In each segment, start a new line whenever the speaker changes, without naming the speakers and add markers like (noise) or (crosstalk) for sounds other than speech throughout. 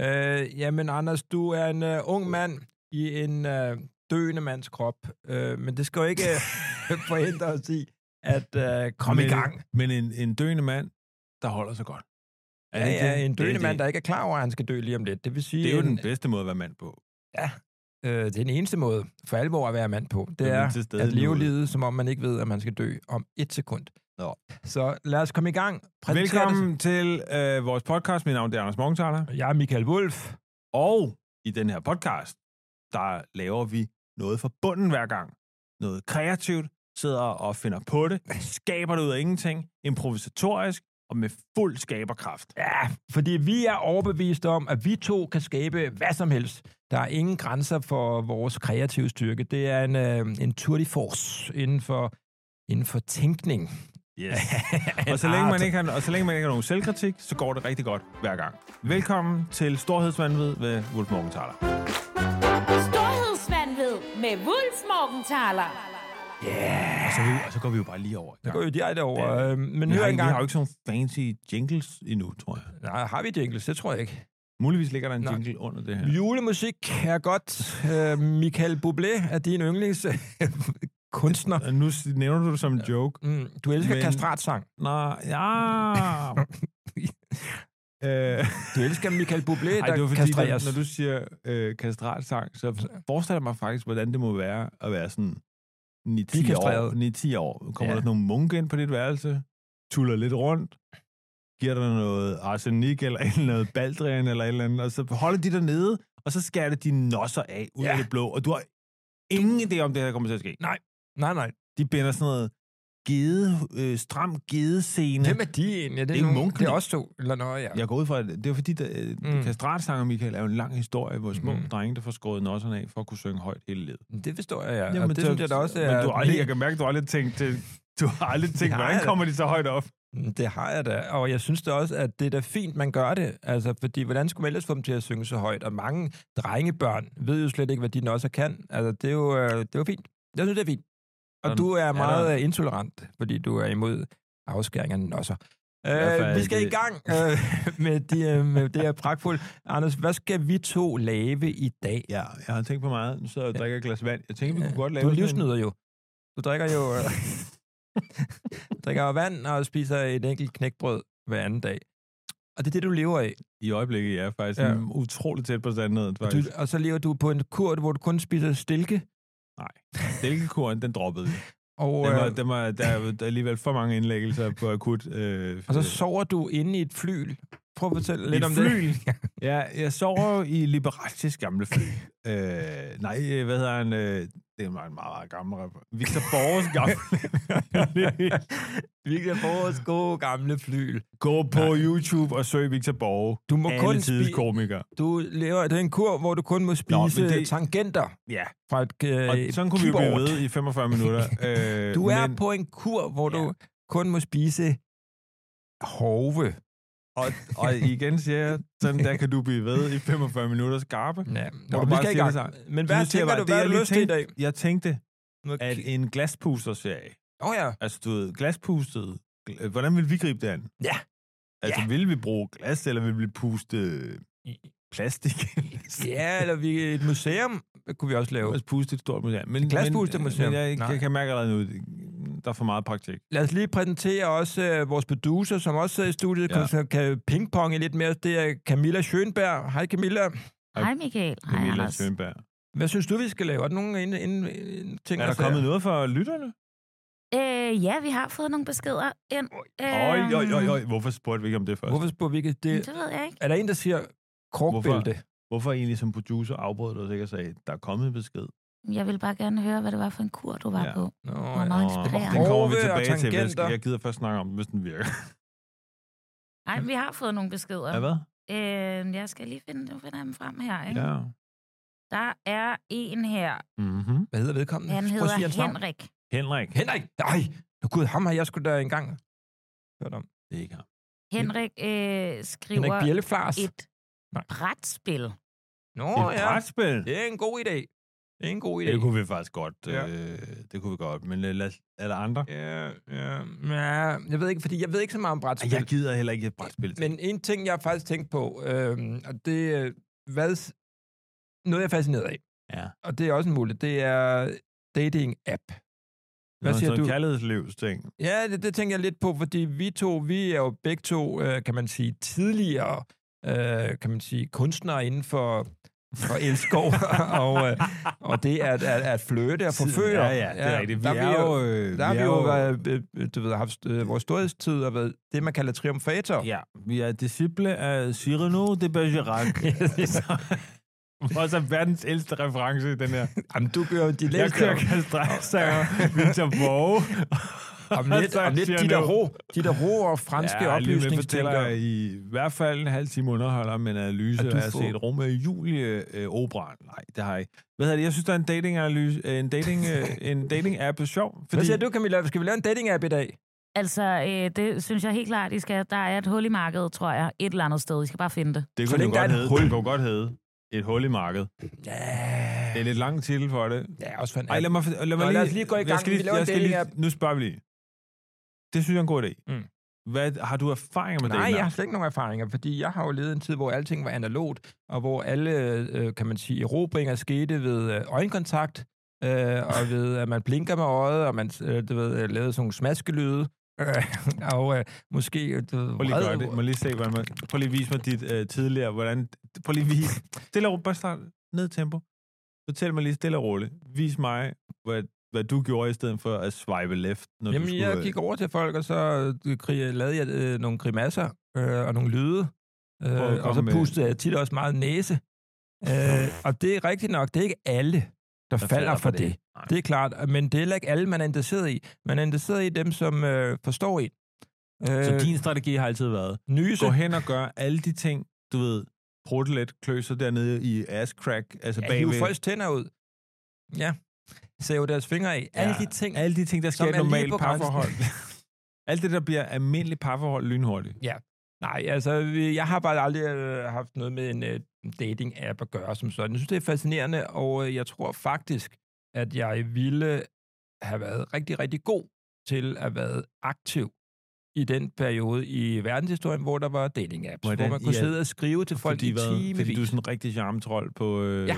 Øh, jamen, Anders, du er en øh, ung mand i en øh, døende mands krop, øh, men det skal jo ikke
(laughs)
øh, forhindre os i at øh, komme
Men-
i gang.
Men en, en døende mand, der holder sig godt. Er
Ja,
det ikke
ja,
det?
en
Det er
døende
det.
mand, der ikke er klar over, at han skal dø lige om lidt. Det vil sige,
Det er jo
en,
den bedste måde at være mand på.
øh, det er den eneste måde for alvor at være mand på. Det
Når man
er
er til stede
at
i
leve
nuet.
livet, som om man ikke ved, at man skal dø om et sekund.
Nå.
Så lad os komme i gang. Præsenter dig
Velkommen til øh, vores podcast. Mit navn er Anders Morgenthaler.
selv. Jeg er Michael Wolf.
Og i den her podcast, der laver vi noget fra bunden hver gang. Noget kreativt, sidder og finder på det, skaber det ud af ingenting, improvisatorisk og med fuld skaberkraft.
Ja, fordi vi er overbevist om, at vi to kan skabe hvad som helst. Der er ingen grænser for vores kreative styrke. Det er en, øh, en tour de force inden for, inden for tænkning. (laughs)
Yes. og, så længe man ikke har, og så længe man ikke har nogen selvkritik, så går det rigtig godt hver gang. Velkommen til Storhedsvandvid ved Wolf Morgenthaler.
Storhedsvandved med Wulf Morgenthaler.
Og så, er vi, og så går vi jo bare lige over. i
Det
gang.
går jo direkte over.
Ja.
Øh, men
Vi
hør
har, ikke- vi
engang.
har jo ikke sådan nogle fancy jingles endnu, tror jeg.
Nej, har vi jingles? Det tror jeg ikke.
Muligvis ligger der en
Nej.
jingle under det her.
Julemusik er godt. Øh, Michael Bublé er din yndlings øh, (laughs) kunstner.
Og nu s- nævner du det som en joke.
Mm, du elsker
Men-
men... kastratsang.
Nå,
(laughs)
ja. øh,
Du elsker Michael Bublé,
ej,
der
det var fordi,
kastreres.
når, når du siger øh, kastratsang, så forestiller jeg mig faktisk, hvordan det må være at være sådan 9-10 år.
Bikastreret.
9-10 år. Kommer
Ja.
der sådan nogle munke ind på dit værelse, tuller lidt rundt, giver dig noget arsenik eller (laughs) et eller andet baldrian eller et eller andet, og så holder de dig nede, og så skærer det dine nosser af ud ja.
Ja.
af det blå, og du har ingen idé om, det her kommer til at ske.
Nej, nej.
De binder sådan noget gede, øh, stram gedescene.
Hvem er de egentlig? Er det,
Det er
nogen-
munkene.
Det er også to. Eller noget, ja.
Jeg går ud fra, at det er fordi, der, mm.
Mm.
kastratsanger, Michael, er jo en lang historie, hvor små mm.
Mhm.
drenge, der får skåret nosserne af for at kunne synge højt hele livet.
Det forstår jeg, ja. Jamen, og det synes jeg da også
Men
er...
du har aldrig, jeg kan mærke, at du har aldrig tænkt, til- du har aldrig tænkt,
Nej,
hvordan
da.
kommer de så højt op?
Mm, Det har jeg da. Og jeg synes da også, at det er da fint, man gør det. Altså, fordi hvordan skulle man ellers få dem til at synge så højt? Og mange drengebørn ved jo slet ikke, hvad de også kan. Altså, det er jo, øh, det er jo fint. Jeg synes, det er fint. Og
Sådan.
du
Er
er meget
der-
øh, intolerant, fordi du er imod afskæring af nosser.
hvert fald
Øh, vi skal
det-
i gang øh, (laughs) med, de, øh, med det her pragtfulde. Anders, hvad skal vi to lave i dag?
Ja, jeg har tænkt på meget. Nu sidder jeg og drikker et glas vand. Jeg tænker, vi kunne godt lave
Du er
sådan en-
livsnyder jo. Du drikker jo
(laughs)
øh, drikker jo vand og spiser et enkelt knækbrød hver anden dag. Og det er det, du lever af.
I øjeblikket, ja, faktisk.
Ja.
Ja. Utroligt tæt på sandheden,
Og, du,
faktisk.
og så lever du på en kurt, hvor du kun spiser stilke.
Sælgekuren, den droppede vi.
Og,
Den var,
øh,
den var, der er der er alligevel for mange indlæggelser på akut. Øh,
og så
øh,
sover du inde i et flyl. Prøv at fortælle lidt
I
om
flyl?
det. Ja.
(laughs) Ja, jeg sover jo i Liberatis gamle fly. Øh, nej, øh, hvad hedder han? Øh, det er en meget, meget, meget gammel rapper. Victor Borges gamle.
Victor Borges gode gamle flyl.
(laughs) Gå på YouTube og søg Victor Borge.
Du må
Alle
kun
tides
spise...
komiker.
Du lever... Det er en kur, hvor du kun må spise
men
Nå,
det-
det... tangenter
Ja,
fra et, øh,
og
et
sådan kunne vi jo blive
keyboard.
ved i 45
(laughs)
minutter. Øh,
Du er
men,
på en kur, hvor
Ja.
du kun må spise hove.
Og, og igen siger jeg, sådan der kan du blive ved i 45 minutter skarpe.
Ja,
Hvor
Nå,
du
vi
bare
skal i
siger
gang.
det samme.
Men
Så nu
hvad
siger
tænker
jeg bare,
du,
det,
hvad har
jeg
du
lige
lyst til i dag?
tænkte- Jeg tænkte,
Noget
at
ki-
en glaspuster-serie,
Åh ja.
Altså, du ved, glaspustet. Gl- øh, Hvordan vil vi gribe det an?
Ja.
Altså, ja. vil vi bruge glas, eller vil vi puste øh, plastik?
Ja, eller vi, et museum kunne vi også
(laughs)
lave.
Også puste et stort museum. Men,
glaspustemuseum?
Men, men jeg,
Nej.
jeg, kan mærke allerede nu, det- der er for meget praktik.
Lad os lige præsentere også øh, vores producer, som også sidder i studiet,
Ja.
ja. kan, kan pingponge lidt mere. Det er Camilla Schönberg. Hej Camilla.
Hej Michael. Hej
Camilla
Anders.
Sønberg.
Hvad synes du, vi skal lave? Er der nogen inden, inden, inden ting?
Er der
altså-
kommet noget for lytterne?
Øh, ja, vi har fået nogle beskeder ind.
Øj,
Øhm,
øj, øj, øj. Hvorfor spurgte vi ikke om det først? Hvorfor,
Hvorfor spurgte vi ikke
men
det?
Øhm, Det ved jeg ikke.
Er der en, der siger korkbælte?
Hvorfor egentlig som producer afbrød du os ikke og sagde, der er kommet en besked?
Jeg ville bare gerne høre, hvad det var for en kur, du var
Ja.
på.
Nå,
var
ja.
meget
Nå,
inspireret.
Den kommer vi
Hove og
tilbage til. men Jeg, skal,
tangenter.
jeg gider først snakke om den, hvis den virker.
Nej, vi har fået nogle beskeder.
Ja, hvad?
Øh, jeg skal lige finde, nu finder jeg dem frem her. Ikke?
Ja.
Der er en her.
Mm-hmm.
Hvad hedder vedkommende?
Han
Prøv at
hedder
sige hans navn.
Henrik.
Henrik.
Henrik! Nej! Nå gud, ham har jeg sgu da engang hørt om.
Det er ikke ham.
Henrik øh,
Henrik
skriver
Bjelleflars.
et
Nej.
brætspil.
Nå
Det er et brætspil.
det er en god idé. Det er en god idé.
Det kunne vi faktisk godt.
Ja.
Ja. Øh, det kunne vi godt. Men øh, lad, er der andre?
Ja, ja, ja, jeg ved ikke, fordi jeg ved ikke så meget om
Ej,
brætspil.
Jeg gider heller ikke et brætspil. til.
Men en ting, jeg faktisk tænkte på, øh, og det er, hvad, s- noget jeg er fascineret af,
ja.
og det er også en mulighed, det er dating-app.
Hvad
siger
siger du?
du?
kærlighedslivsting.
Ja, det, det tænker jeg lidt på, fordi vi to, vi er jo begge to, øh, kan man sige, tidligere, øh, kan man sige, kunstnere inden for, for elskov, (laughs) og, øh, og det at, at, at flirte og forføre.
Ja, ja, det er rigtigt. Vi
der
er,
er vi jo,
jo... øh,
der har vi
er
jo været, øh, øh, du ved, haft øh, vores storhedstid og været det, man kalder triumfator.
Ja, vi er disciple af Cyrano de Bergerac.
(laughs)
(laughs) Også er verdens ældste reference i den her.
Jamen, du gør jo de
Jeg
læste.
kører kastræksager, Victor Borge.
Om lidt, om lidt de der ro, de der ro og franske ja,
ja, lige med fortæller
oplysningstænkere.
jeg i hvert fald en halv time underholder med en analyse,
Er
og
du
jeg har
for-
set Romeo og Julie øh, operan. Nej, det har jeg ikke. Hvad hedder det? Jeg synes, der er en dating-analyse, øh, en dating,
(laughs)
øh, en dating-app er sjov.
Hvad siger du, Camilla? Skal vi lave en dating-app i dag?
Altså, øh, det synes jeg helt klart, I skal. Der er et hul i markedet, tror jeg, et eller andet sted. I skal bare finde det.
Det
Så
kunne
længe
det
der er
godt
et
hedde.
hul.
Det kunne godt hedde et hul i markedet.
Ja,
Det er lidt lang titel for det.
ja også for en
Ej, lad mig, for- lad mig
Nå,
lige,
lad os lige gå i
jeg
gang.
skal
Vi laver
jeg
en
skal
dating-app.
Nu spørger vi lige. Det synes jeg er en god idé.
Mm.
Hvad, har du erfaringer med
Nej,
dating?
jeg har slet ikke nogen erfaringer, fordi jeg har jo levet en tid, hvor alting var analogt, og hvor alle, øh, kan man sige, erobringer skete ved øh, øjenkontakt, øh, og ved, at man blinker med øjet, og man øh, du ved, øh, lavede sådan nogle smaskelyde, øh, (laughs) og øh, måske... øh, Du, ved,
Prøv lige at
vred-
gøre det. Må lige se, hvordan man... Prøv lige at vise mig dit øh, tidligere, hvordan... Prøv lige at vise... Stille og roligt. Bare start ned i tempo. Fortæl mig lige stille og roligt. Vis mig, hvad, hvad du gjorde i stedet for at swipe left, når du
Jamen,
skulle... øh,
jeg gik over til folk, og så øh, kri- lavede jeg øh, nogle grimasser øh, og nogle lyde,
at
øh, og
komme
så
med-
pustede jeg tit også meget næse. Øh, og det er rigtigt nok, det er ikke alle, der, der falder, for det. det.
Nej.
Det er klart, men det er heller ikke alle, man er interesseret i. Man er interesseret i dem, som øh, forstår en. Øh,
Så din strategi har altid været,
nyse.
gå hen og gør alle de ting, du ved, prutte lidt, kløser dernede i ass crack, altså
Ja, hive
bagved.
folks tænder ud. Ja. Sæve deres fingre af. Alle
Ja,
de ting.
Alle de ting, der sker
som
i
er lige
et normalt
på grænsen.
parforhold. (laughs) Alt det, der bliver almindeligt parforhold lynhurtigt.
Nej, altså, vi- jeg har bare aldrig øh, haft noget med en øh, dating-app at gøre som sådan. Jeg synes, det er fascinerende, og øh, jeg tror faktisk, at jeg ville have været rigtig, rigtig god til at have været aktiv i den periode i verdenshistorien, hvor der var dating-apps,
Hvordan
hvor man
I
kunne
er-
sidde og skrive til folk
fordi,
i
hvad, fordi du er
timevis.
sådan en rigtig charmetrol på... Øh...
Ja.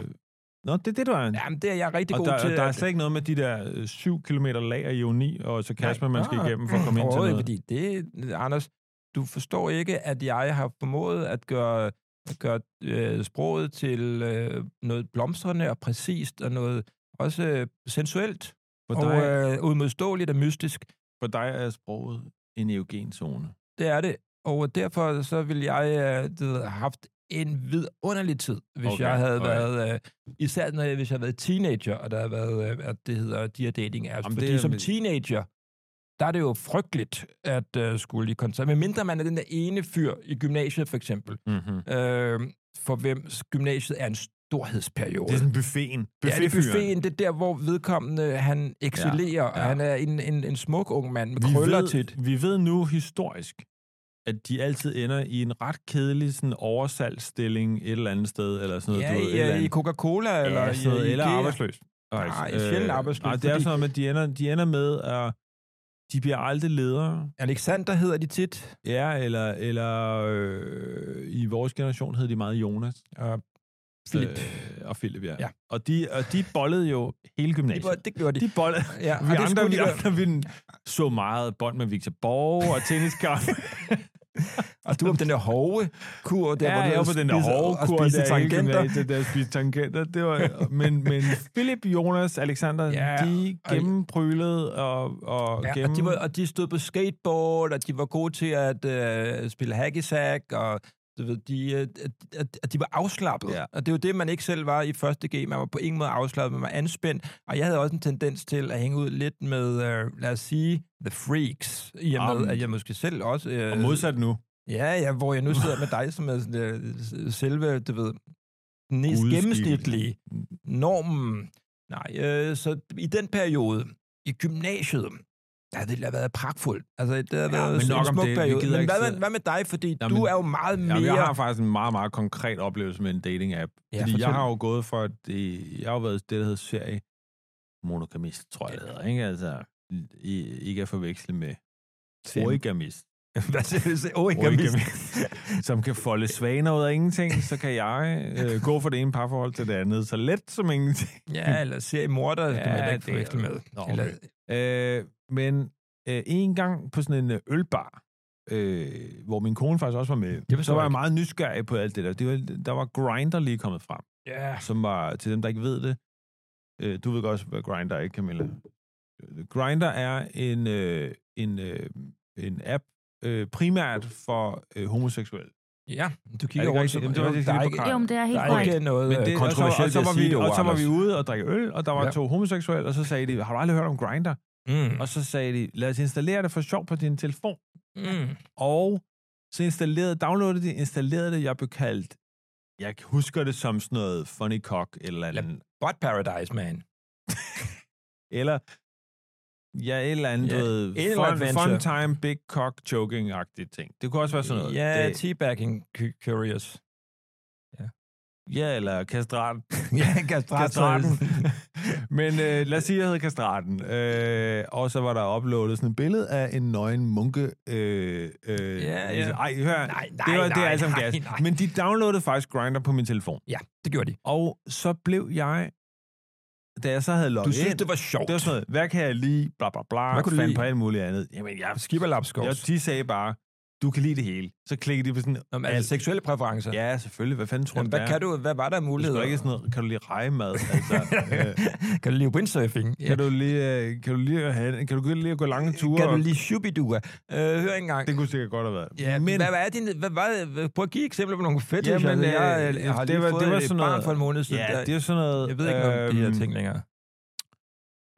Nå, det er det, du er.
Jamen, det er jeg rigtig
og
god
der,
til.
og der er
at-
slet ikke noget med de der øh, 7 km lag af ironi og sarkasme, man skal
Nej. Ah.
igennem for at komme ind til
Overhovedet
noget.
ikke, Fordi det, Anders, du forstår ikke, at jeg har formået at gøre, at gøre øh, sproget til øh, noget blomstrende og præcist, og noget også øh, sensuelt,
For
og
dig,
øh, udmodståeligt og mystisk.
for dig er sproget en eugen zone.
Det er det. Og derfor så ville jeg øh, du ved, have haft en vidunderlig tid, hvis
Okay,
jeg havde
okay.
været, øh, især når jeg, hvis jeg havde været teenager, og der havde været, øh, at det hedder de her dating apps.
Jamen,
Jamen,
det
Fordi
er-
som teenager, der er det jo frygteligt at øh, skulle i kontakt. Med mindre man er den der ene fyr i gymnasiet for eksempel,
Mm-hmm.
øh, for hvem s- gymnasiet er en storhedsperiode.
Det er sådan buffeten.
Ja, det er
Buffetfyren.
buffeten, det er der, hvor vedkommende, han excellerer, ja,
ja.
ja. han er en, en, en smuk ung mand med
Vi
krøller
ved,
tit.
Vi ved nu historisk, at de altid ender i en ret kedelig sådan, oversalgsstilling et eller andet sted, eller sådan noget.
Ja,
du ved, et eller
i, i
andet.
Coca-Cola ja, eller
eller, sådan noget,
i øh,
eller
IKEA.
arbejdsløs. Øh,
Nej, sjældent arbejdsløs,
Nej, det er
fordi-
sådan, at de ender, de ender med, at de bliver aldrig ledere.
Alexander hedder de tit.
Ja, eller, eller øh, i vores generation hed de meget Jonas.
Og Philip.
Øh, og Philip, ja.
Ja.
Og, de, og de bollede jo hele
De,
gymnasiet.
var- det gjorde de.
de bollede.
Ja, og
Vi
det
andre,
skulle
vi
de gøre.
andre, vi så meget bånd med Victor Borg og
(laughs)
tenniskamp.
Og du var på den der hovekur, der
ja,
hvor du
jeg var på den der hårde kur,
og spiste
der i
tangenter.
gymnasiet, der spiste tangenter. Det var, men, men Philip, Jonas, Alexander,
Ja,
de
og-
gennemprylede og, og
Ja,
gennem...
og, de var, og de stod på skateboard, og de var gode til at øh, spille hacky sack, og du ved, de, øh, at, at, at de var afslappet.
Ja.
Og det er jo det, man ikke selv var i første G. Man var på ingen måde afslappet, man var anspændt. Og jeg havde også en tendens til at hænge ud lidt med, øh, lad os sige, the freaks. I og med,
Jamen.
at jeg måske selv også... Øh,
og modsat nu.
Ja, ja, hvor
(laughs)
jeg nu sidder med dig, som er sådan, øh, s- selve, du ved, den mest
Udskikkelse.
gennemsnitlige normen. Nej, øh, så i den periode, i gymnasiet, Ja, det ville have været pragtfuldt. Altså, det havde ja,
men
været
nok
en
om
smuk
det. Vi
periode.
gider
Men
ikke
hvad med,
sidde-
hvad med dig? Fordi
Jamen,
du er jo meget mere...
Jamen, jeg har faktisk en meget, meget konkret oplevelse med en dating-app.
Ja,
Ja, fordi
fortæl.
jeg har jo gået for, at det, jeg har jo været det, der hedder serie monogamist, tror jeg, det hedder. Ikke? Altså, i, ikke at forveksle med
Sam.
origamist,
(laughs) Hvad siger du? Åh, ikke
Origami.
miste.
som kan folde svaner ud af ingenting. Så kan jeg øh, gå fra det ene parforhold til det andet, så let som ingenting.
(laughs) Ja, eller seriemorder, ja, kan man da ikke
det er
forveksle
jo-
med.
Nå,
Eller,
okay. Øh, men øh, en gang på sådan en øh, ølbar, øh, hvor min kone faktisk også var med,
Det forstår
så var
jeg
jeg
ikke.
meget nysgerrig på alt det der. Det var, der var Grinder lige kommet frem,
ja,
som var, til dem, der ikke ved det, øh, du ved godt, hvad Grinder er, ikke Camilla? Grinder er en, øh, en, øh, en app, øh, primært for øh, homoseksuelle.
ja, du kigger
Er det
rundt,
rigtigt?
så
Jamen, det var
jo,
det,
der er
lige på
ikke,
kartet.
Jo, men det er helt
der er
korrekt.
ikke noget
Men det, og, så,
Øh, kontroversielt
og, så var vi,
at sige,
og så var vi
Anders.
ude og drikke øl, og der var
Ja.
ja. to homoseksuelle, og så sagde de, har du aldrig hørt om Grinder?
Mm.
Og så sagde de, lad os installere det for sjov på din telefon.
Mm.
Og så installerede, downloadede de, installerede det, jeg blev kaldt, jeg husker det som sådan noget funny cock, eller,
Eller-
eller,
Bot Paradise, man.
eller ja, et eller andet,
Ja,
ja,
en
ved,
eller
fun,
anden
fun
adventure.
time, big cock, joking-agtige ting. Det kunne også være sådan noget.
Ja,
det,
teabagging cu-
(laughs)
curious.
ja eller kastrat.
ja, kastrat.
Kastraten. (laughs) Men øh, lad os sige, at jeg hed Kastraten. Øh, og så var der uploadet sådan et billede af en nøgen munke. Øh, øh,
Ja, ja.
Ej, hør.
Nej, nej,
det var det er
nej,
alt sammen
nej,
gas.
nej.
Men de downloadede faktisk Grinder på min telefon.
Ja, det gjorde de.
Og så blev jeg, da jeg så havde logget
Du synes,
ind,
det var sjovt.
det var sådan noget, hvad kan jeg lide, bla bla bla,
Hvad kunne du
fandt
lide?
på alt muligt andet. Jamen, jeg,
Skipper Lapskovs.
jeg, de sagde bare, du kan lide det hele. Så klikkede de på sådan,
Nå, men altså, seksuelle præferencer.
ja, selvfølgelig, hvad fanden tror
Jamen,
du,
hvad, kan du, hvad var der af
Det er
muligheder?
sgu ikke sådan noget, kan du lide rejemad? Altså, øh,
(laughs) kan du lide windsurfing?
kan du lige, øh, kan du lige at have, kan du godt lige at gå lange ture?
kan du lide shubidua? Øh, hør engang.
Det kunne sikkert godt have været.
Ja, men, hvad, hvad er din, hvad, hvad, prøv at give eksempler på nogle fedt.
Jamen,
altså, jeg,
øh,
jeg, har
det
lige
var-
fået
det var
et
sådan
barn
noget-
for en måned siden.
ja,
der,
det er sådan noget... øhm,
jeg ved ikke noget om de her ting længere.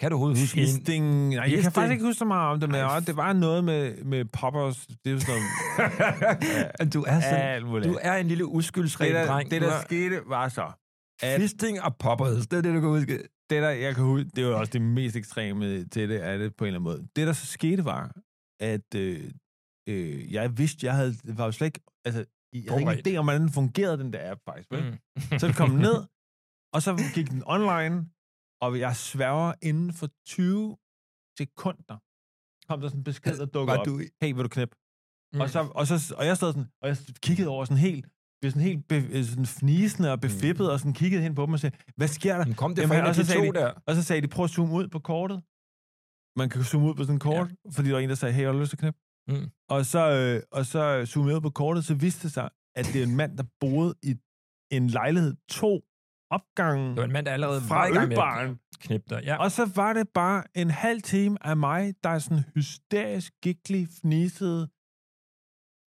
Kan du overhovedet huske en?
Fisting. Nej, jeg kan
Fisting.
faktisk ikke huske så meget om det, men
Ej,
det var noget med, med poppers. Det er sådan
(laughs)
noget...
du er sådan,
Alt muligt.
Altså, du er en lille
det,
uskyldsren
der,
dreng.
det,
Du
der
er-
skete, var så... at-
Fisting og poppers, det er det, du kan huske.
Det, der jeg kan huske, det var også det mest ekstreme til det, er det på en eller anden måde. Det, der så skete, var, at øh, øh, jeg vidste, jeg havde, var jo slet ikke... Altså, jeg havde
Forberedt.
ikke en idé om, hvordan den fungerede, den der app, faktisk. Vel?
Mm.
Så det
(laughs)
kom den ned, og så gik den online, og jeg sværger inden for 20 sekunder, kom der sådan en besked, der dukkede
Var
op.
du...
Hey, vil du knæppe? Mm. Og, så, og, så, og jeg stod sådan, og jeg kiggede over sådan helt, blev sådan helt be, øh, sådan fnisende og befippet,
Mm.
og sådan kiggede hen på dem og sagde, hvad sker der?
Men kom det fra
Jamen,
en af
og så
de
sagde
to
de-
der?
Og så sagde de, prøv at zoome ud på kortet. Man kan zoome ud på sådan et kort, ja. fordi der var en, der sagde, hey, har du lyst til at knæppe?
Mm.
Og så, øh, og så zoomede jeg ud på kortet, så viste det sig, at det er en mand, der boede i en lejlighed to opgange
Det var en mand, der allerede
fra
var i gang med at
ølbaren.
knippe dig. Ja.
Og så var det bare en halv time af mig, der sådan hysterisk, giklig, fnisede,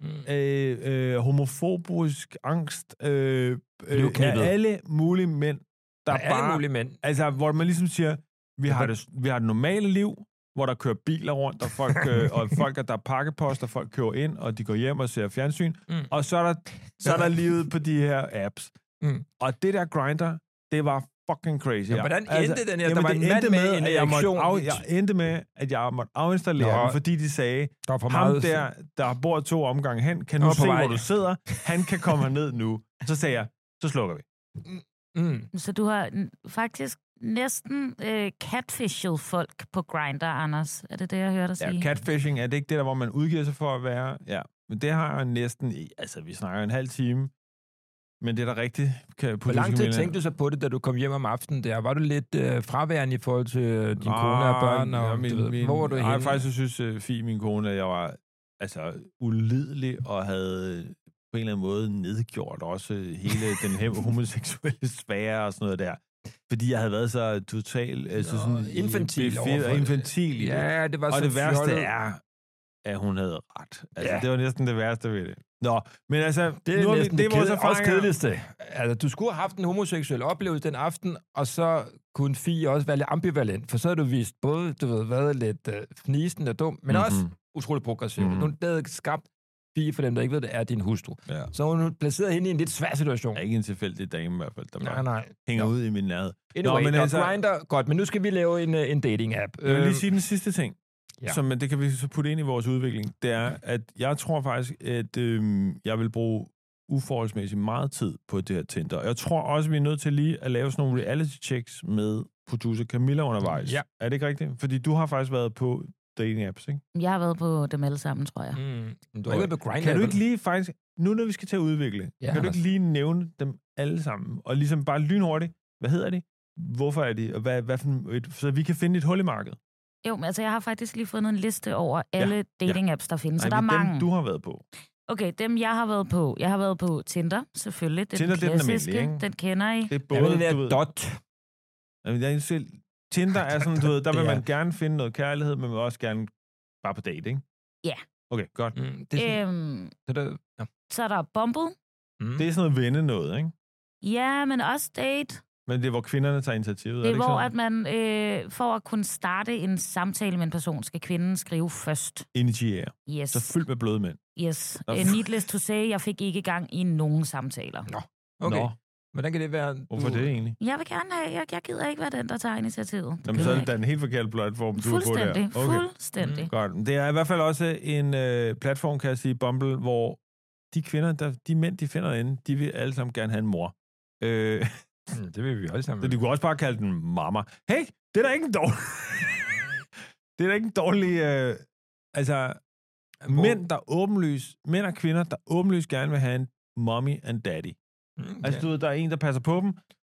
Mm.
øh, øh, homofobisk angst øh,
Blev
øh,
knippet.
af alle mulige mænd, der
Der er alle
bare...
mulige mænd.
Altså, hvor man ligesom siger, vi har det, vi har det normale liv, hvor der kører biler rundt, og folk,
(laughs)
øh, og folk er der er pakkepost, og folk kører ind, og de går hjem og ser fjernsyn.
Mm.
Mm. Og så er, der, så er der livet på de her apps.
Mm.
Mm. Og det der grinder, det var fucking crazy. Altså,
Ja, hvordan endte den her? Der var en mand
endte
med en
at jeg, måtte
erektion.
af, jeg endte med, at jeg måtte afinstallere
Nå.
den, fordi de sagde,
Der var for
ham
meget...
der, der bor to omgange hen,
Han
kan nu
var på
se,
vej.
hvor du sidder. Han kan komme herned nu. Så sagde jeg, så slukker vi.
Mm.
Så du har n- faktisk næsten øh, catfished folk på Grinder, Anders. Er det det, jeg hører dig sige?
Ja, catfishing, er det ikke det der, hvor man udgiver sig for at være? Ja, men det har jeg næsten... i- Altså, vi snakker en halv time. Men det er da rigtigt. Kan ligesom
Hvor lang tid tænkte du så på det, da du kom hjem om aftenen der? Var du lidt øh, fraværende i forhold til øh, din kone og børn? Og,
ja,
ja,
min,
du ved,
Ah, min,
hvor var du
nej,
henne?
faktisk så synes øh, Fie, min kone, at jeg var altså, ulidelig og havde øh, på en eller anden måde nedgjort også øh, hele den
(laughs)
her homoseksuelle sfære og sådan noget der. Fordi jeg havde været så total... Altså,
Nå,
sådan, i-
infantil
befe-
overfor det.
Infantil i det.
Ja, det var
Og
så
det værste
fjollet.
er, at hun havde ret. Altså,
Ja.
ja. det var næsten det værste ved det. Nå, men altså,
Det er
nu har vi,
næsten
det er vores
kede, også
erfaringer.
kedeligste. Altså, du skulle have haft en homoseksuel oplevelse den aften, og så kunne Fie også være lidt ambivalent, for så havde du vist både, du ved, været lidt øh, fnisen og dum, men mm-hmm. også utrolig progressiv.
Mhm.
Mm-hmm. Hun havde skabt Fie, for dem, der ikke ved det, er din hustru.
Ja.
Så hun placerede hende i en lidt svær situation.
Jeg er ikke en tilfældig dame i hvert fald, der
Nej,
bare
nej.
hænger
Nå.
ud i min nærhed.
Anyway, Nå,
men
men altså,
altså-
Grindr, godt, men nu skal vi lave en, øh, en dating-app.
Jeg vil
Øhm,
lige sige den sidste ting.
Ja.
ja. som men det kan vi så putte ind i vores udvikling, det er, at jeg tror faktisk, at øhm, jeg vil bruge uforholdsmæssigt meget tid på det her Tinder. Jeg tror også, vi er nødt til lige at lave sådan nogle reality-checks med producer Camilla undervejs.
Ja.
Er det ikke rigtigt? Fordi du har faktisk været på dating apps, ikke?
Jeg har været på dem alle sammen, tror jeg.
Mm. Men Du har ikke været på Grindr.
Kan du ikke
vel?
lige faktisk, nu når vi skal til at udvikle,
Ja,
ja, kan du
Anders.
ikke lige nævne dem alle sammen, og ligesom bare lynhurtigt, hvad hedder de, hvorfor er de, og hvad, hvad for et, så vi kan finde et hul i markedet.
Jo, men altså, jeg har faktisk lige fundet en liste over alle dating-apps, der findes. så der er
men
mange.
dem, du har været på.
Okay, dem jeg har været på. Jeg har været på Tinder, selvfølgelig. Det er
Tinder,
den
det er den almindelige,
klassiske.
ikke?
den kender I.
Det er
Hvad
både,
med det
du ved,
der dot?
Jamen, jeg synes, selv- Tinder er sådan, du ved, der vil
Det er-
man gerne finde noget kærlighed, men man vil også gerne bare på date, ikke?
Ja.
Okay, godt.
Mm, det er sådan,
Øhm,
så der, ja.
så er der Bumble.
mm.
Det er sådan noget vende noget, ikke?
Ja, men også date.
Men det er, hvor kvinderne tager initiativet,
Det er,
ikke
hvor at
sådan?
man øh, for at kunne starte en samtale med en person, skal kvinden skrive først.
Initiere.
Yes.
Så fyldt med bløde mænd.
Yes.
Nå,
Uh,
for-
needless to say, jeg fik ikke gang i nogen samtaler.
Okay, Uh.
Nå,
hvordan kan det være? du-
hvorfor det egentlig?
Jeg vil gerne have, jeg, jeg gider ikke være den, der tager initiativet. Det
Jamen,
gider
så er det
jeg
da en helt forkert platform,
ikke.
du er på der.
Fuldstændig.
Okay. Mm.
Fuldstændig.
Godt. Men Det er i hvert fald også en øh, platform, kan jeg sige, Bumble, hvor de kvinder, der, de mænd, de finder inde, de vil alle sammen gerne have en mor. Øh, (laughs)
Mm, det vil vi alle sammen.
Så de kunne også bare kalde den mamma. Hey, det er da ikke en dårlig... (laughs) det er da ikke en dårlig... Øh, altså,
Hvor-
mænd, der åbenlyst... Mænd og kvinder, der åbenlyst gerne vil have en mommy and daddy.
Mm,
Altså,
ja.
du ved, der er en, der passer på dem.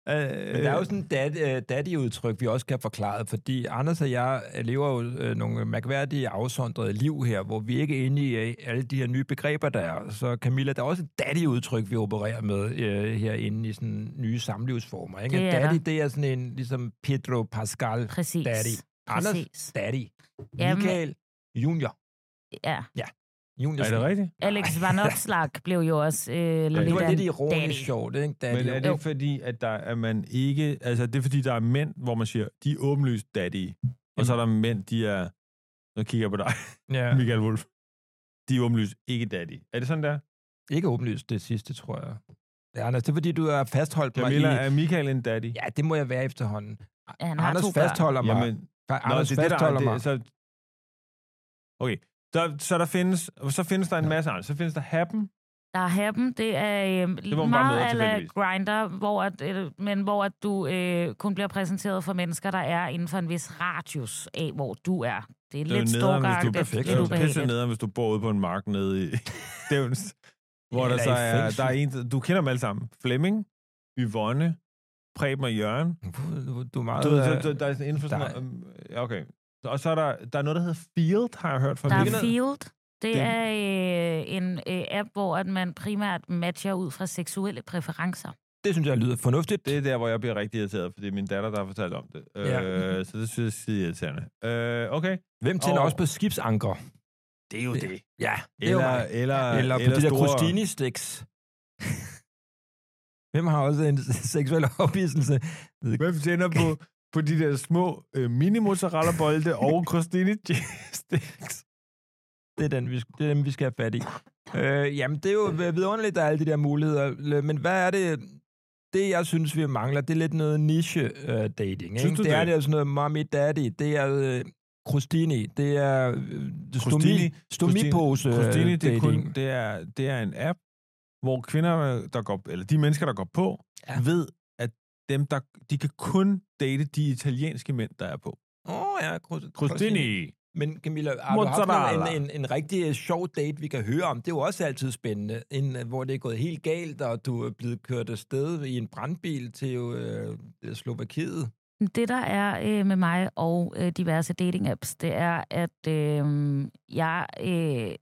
Øh,
Men der er jo sådan et dad, øh, daddy-udtryk, vi også kan forklare, fordi Anders og jeg øh, lever jo øh, nogle mærkværdige, afsondrede liv her, hvor vi ikke er inde i øh, alle de her nye begreber, der er. Så Camilla, der er også et daddy-udtryk, vi opererer med øh, herinde i sådan nye samlivsformer. Ikke?
Det er
daddy, det er sådan en, ligesom Pedro Pascal,
Præcis.
daddy. Anders,
Præcis.
daddy.
Jamen-
Michael, junior.
Ja.
junior.
Er det rigtigt?
Alex Van Opslark blev jo også øh,
Det
lidt
var
af
lidt
en
ironisk
daddy.
sjovt, ikke? Daddy.
Men er det
Jo.
ikke fordi, at, der, at man ikke... Altså, det er fordi, der er mænd, hvor man siger, de er åbenlyst daddy. Og så er der mænd, de er... Nu kigger jeg på dig,
ja.
Michael Wolf. De er åbenlyst ikke daddy. Er det sådan, der?
Ikke åbenlyst det sidste, tror jeg. Ja, Anders, det er fordi, du har fastholdt
Camilla,
mig i...
er Michael en daddy?
Ja, det må jeg være efterhånden.
Ja, han har
Anders
to børn.
fastholder mig. Jamen,
Nå,
Anders
det er det, der-
fastholder
det-
mig.
Så, okay, der, så der findes, så findes der en masse andre. Så findes der Happen.
Der er Happen, det er øh,
må
det
man bare
meget
møde
ala
tilfældigvis.
grinder, hvor at, øh, men hvor at du øh, kun bliver præsenteret for mennesker, der er inden for en vis radius af, hvor du er. Det er
Det er jo nederen, hvis
lidt
du
stalkeragtigt,
er perfekt. Det er
lidt
jo pisse
ubehageligt.
nederen, hvis du bor ude på en mark
(laughs)
nede i Stævns. hvor der
Eller
så
i
er,
fængsel.
der er en, du kender dem alle sammen. Flemming, Yvonne, Preben og Jørgen.
Du, du er meget...
Du, ved, så,
du,
der, der er sådan inden for sådan
der-
noget, øhm, okay. Og så er der, der er noget, der hedder Field, har jeg hørt fra
Der
Mikkel.
er Field. Det
Det-
er øh, en øh, app, hvor at man primært matcher ud fra seksuelle præferencer.
det synes jeg lyder fornuftigt.
Det er der, hvor jeg bliver rigtig irriteret, fordi det er min datter, der har fortalt om det.
Ja.
Øh, så det synes jeg er skide irriterende. Øh, okay.
Hvem tænder
Og-
også på skibsanker?
Det er jo
det. Ja, det
Eller,
er jo mig.
eller,
Eller på de der crostini-sticks. (laughs) Hvem har også en seksuel ophidselse?
Hvem tænder på, på de der små øh, mini mozzarella bolde og crostini (laughs) sticks?
Det er, den, vi, det er dem, vi skal have fat i. Øh, jamen, det er jo vidunderligt, der er alle de der muligheder. Men hvad er det, det jeg synes, vi mangler? Det er lidt noget niche-dating.
Synes du
det? er
det?
det er sådan noget mommy daddy, det er øh, Crostini, det er øh, stomi,
Crostini-
stomipose
Crostini, det er,
Øh, dating.
kun, det, er, det er en app, hvor kvinder, der går, eller de mennesker, der går på,
Ja.
ja. ved, at dem, der, de kan kun date de italienske mænd, der er på.
Åh oh, ja, Crostini.
Crostini.
Men Camilla, har du haft
Mozzarella.
noget- en, en, en rigtig øh, sjov date, vi kan høre om? Det er jo også altid spændende, en, øh, hvor det er gået helt galt, og du er blevet kørt afsted i en brandbil til øh, Slovakiet.
Det, der er øh, med mig og øh, diverse dating-apps, det er, at øh, jeg øh,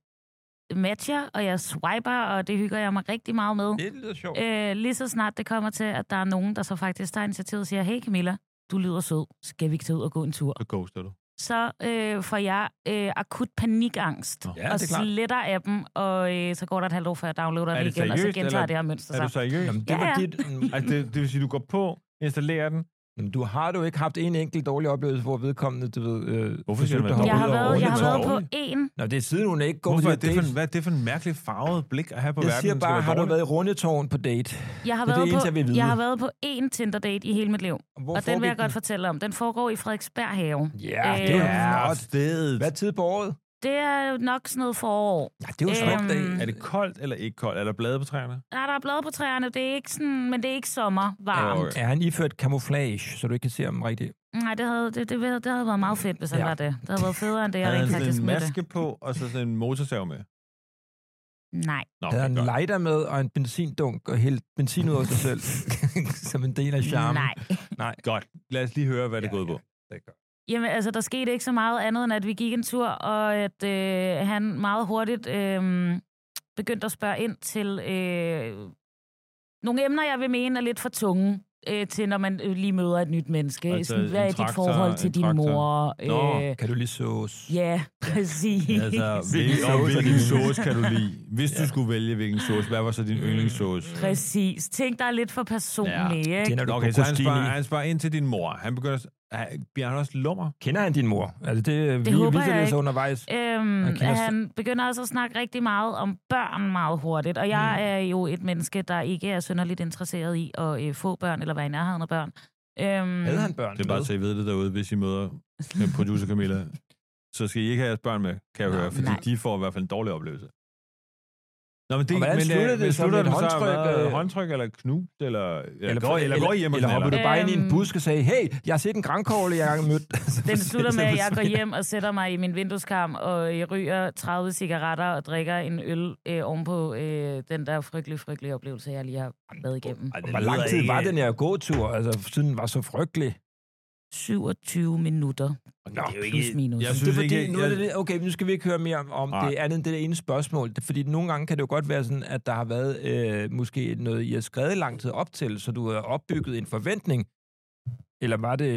matcher, og jeg swiper, og det hygger jeg mig rigtig meget med.
Det lyder sjovt.
Øh, lige så snart det kommer til, at der er nogen, der så faktisk tager initiativet og siger, hey Camilla, du lyder sød, skal vi ikke tage ud og gå en tur?
Så ghoster du.
Så øh, får jeg øh, akut panikangst
Nå.
Ja,
og
det er klart.
sletter appen, og øh, så går der et halvt år, før jeg downloader
Er
den
det
igen, og så
seriøst,
gentager
eller-
det her mønster
Er du
sig.
seriøs?
Jamen, det
Ja,
var
ja.
dit... Mm,
Altså, det, det vil sige, du går på, installerer den,
Jamen, du har du ikke haft en enkelt dårlig oplevelse, hvor vedkommende, du ved... Øh,
Hvorfor siger du,
forsøgte at
man
hoppe
Jeg har
ud over
været, jeg har
ordentligt
været
tøj?
på
dårligt.
en.
Nå, det er siden, hun ikke går
Hvorfor
på
er
de
det
her
for,
dates.
en- hvad er det for en mærkelig farvet blik at have på
Jeg
verden?
siger
hvis det
bare,
var
har du
dårligt?
været i rundetårn på date?
Jeg har
Det er det
været,
eneste, jeg vil
på,
vide.
jeg har været på én Tinder-date i hele mit liv.
Hvor
Og den vil jeg
foregik
godt fortælle om. Den foregår i Frederiksberg Have.
Ja, det er
Øh,
jo
Ja,
flot.
stedet.
Hvad tid på året?
Det er jo nok sådan noget forår.
Ja, det er jo
Øhm,
smukt dag.
Er det koldt eller ikke koldt? Er der blade på træerne?
Ja, der er blade på træerne, det er ikke sådan, men det er ikke sommer varmt.
Ja, okay.
Er han iført camouflage, så du ikke kan se ham rigtigt?
Nej, det havde, det, det, det havde været meget fedt, hvis han
Ja.
ja. var det. Det havde været federe, end det, jeg
Havde
rent
han sådan
faktisk
en
med
maske på, og så sådan en motorsav med?
det. Nej.
Nå,
Havde han
okay,
en
godt.
lighter med og en benzindunk og hældt benzin ud af sig
(laughs)
selv? Som en del af charmen.
Nej.
Nej.
godt. Lad os lige høre, hvad det er
Ja,
gået
ja.
på.
Det er godt.
Jamen, altså, der skete ikke så meget andet, end at vi gik en tur, og at øh, han meget hurtigt øh, begyndte at spørge ind til øh, nogle emner, jeg vil mene er lidt for tunge øh, til, når man øh, lige møder et nyt menneske.
Altså,
Altså, Sådan, hvad
en
er dit
traktor,
forhold
en
til din
traktor.
mor?
Nå.
Øh,
Kan du lige sås?
ja, præcis.
Altså, (laughs) hvil, og hvilken sauce kan du lide? Hvis du skulle vælge, hvilken sauce, hvad var så din yndlingssauce?
Præcis. Ting, der er lidt for personlige, ja.
Det
ikke?
er, når du
Okay, så han
Stine
spørger,
i.
han spørger ind til din mor. Han begynder at... Han- Bliver han også lummer?
Kender han din mor? Altså, det, det vi,
håber
viser
jeg
det så
ikke.
undervejs.
Øhm,
Han
han,
kender s-
han begynder også at snakke rigtig meget om børn meget hurtigt, og jeg
Mm.
er jo et menneske, der ikke er synderligt interesseret i at øh, få børn eller være i nærheden af børn. Øhm,
Havde han børn?
Det er bare så I ved det derude, hvis I (laughs) møder øh, producer Camilla. Så skal I ikke have jeres børn med, kan jeg
Nå,
høre, fordi
nej.
de får i hvert fald en dårlig oplevelse. Nå, men det,
Og hvordan
men, øh,
slutter det
men
så
slutter
med et
den så
håndtryk,
hvad?
øh,
håndtryk eller knus, eller, eller, eller, går, eller, går I hjem og
Eller hopper du
knaller?
bare ind i en
Øhm.
busk og sagde, hey, jeg har set en grankogle, jeg har mødt. Så
(laughs)
(laughs)
(laughs)
den slutter
forsvinder-
med, at jeg
forsvinder-
går hjem og sætter mig i min vindueskarm og øh, ryger 30 cigaretter og drikker en øl øh, ovenpå øh, den der frygtelige, frygtelige oplevelse, jeg lige har været igennem.
Ej, det
Hvor lang
lyder
tid var
ikke-
den her gåtur, altså, siden den var så frygtelig?
27 minutter,
Nå,
Det er jo ikke-
plus minus.
jeg
det er
synes
fordi,
ikke,
nu er
jeg-
det, lidt- okay, nu skal vi ikke høre mere om, om
Nej.
det andet end det ene spørgsmål. Det- Fordi nogle gange kan det jo godt være sådan, at der har været øh, måske noget, I har skrevet lang tid op til, så du har opbygget en forventning. Eller var det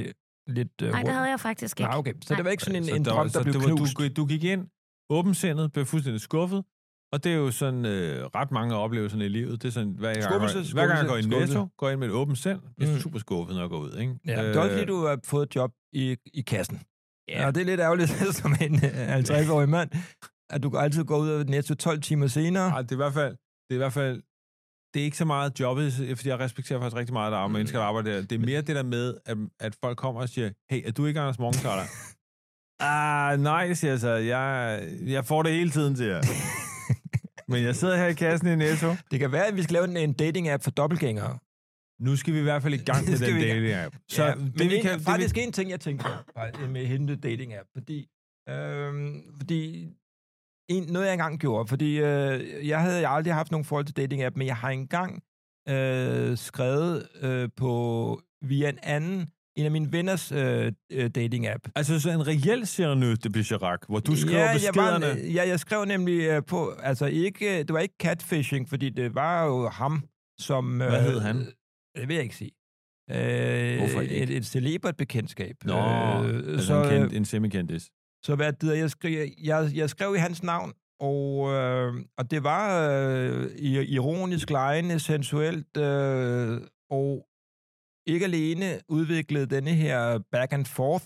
lidt... Øh,
Nej, det havde jeg faktisk ikke.
Nej, okay. Så
Nej.
det var ikke sådan en,
Så
en
der
drøm,
var-
der
så
blev
det var-
knust.
Du, du gik ind, åbensindet, blev fuldstændig skuffet, og det er jo sådan øh, ret mange af oplevelserne i livet. Det er sådan, hver gang,
Skuffelse,
jeg, hver gang jeg går i
skuffelse,
Netto,
skuffelse.
går jeg ind med et åbent sind, bliver
Mm.
super skuffet, når jeg går ud. Ikke? Øh,
Ja, det var ikke fordi, du har fået et job i, i kassen. Ja. Og det er lidt ærgerligt, (laughs) som en øh, 50-årig mand, at du altid går ud af Netto 12 timer senere.
Ej, det er i hvert fald, det er i hvert fald, det er ikke så meget jobbet, fordi jeg respekterer faktisk rigtig meget, at der er
Mm.
mennesker, der arbejder der. Det er mere det der med, at, at folk kommer og siger, hey, er du ikke Anders Morgenthaler?
(laughs)
ah, nej, siger jeg så. Jeg, jeg får det hele
(laughs)
tiden, siger jeg. Men jeg sidder her i kassen i Netto.
Det kan være, at vi skal lave en, en dating-app for dobbeltgængere.
Nu skal vi i hvert fald i
(laughs)
gang med
Skal
den
vi i gang?
dating app. Så
ja,
det,
men
vi
en,
kan,
kan,
det, vi,
faktisk en ting, jeg tænkte på faktisk, med hende dating app, fordi, øhm, fordi en, noget jeg engang gjorde, fordi øh, jeg havde jeg aldrig haft nogen forhold til dating app, men jeg har engang øh, skrevet øh, på via en anden, en af mine venners øh, øh, dating app.
altså så en reel Cyrano de Bergerac, hvor du skriver
ja, jeg
beskederne.
Var, øh, ja, jeg skrev nemlig øh, på, altså ikke, øh, det var ikke catfishing, fordi det var jo ham, som... øh,
Hvad hed han?
Det vil jeg ikke sige. Øh,
Hvorfor ikke?
Et, et celebert bekendtskab.
Nå, altså
så,
en,
øh,
kendt, en semikendis.
så hvad det, jeg, skrev, jeg, jeg skrev i hans navn, og, øh, og det var øh, i- ironisk, lejende, sensuelt, øh, og ikke alene udviklede denne her back and forth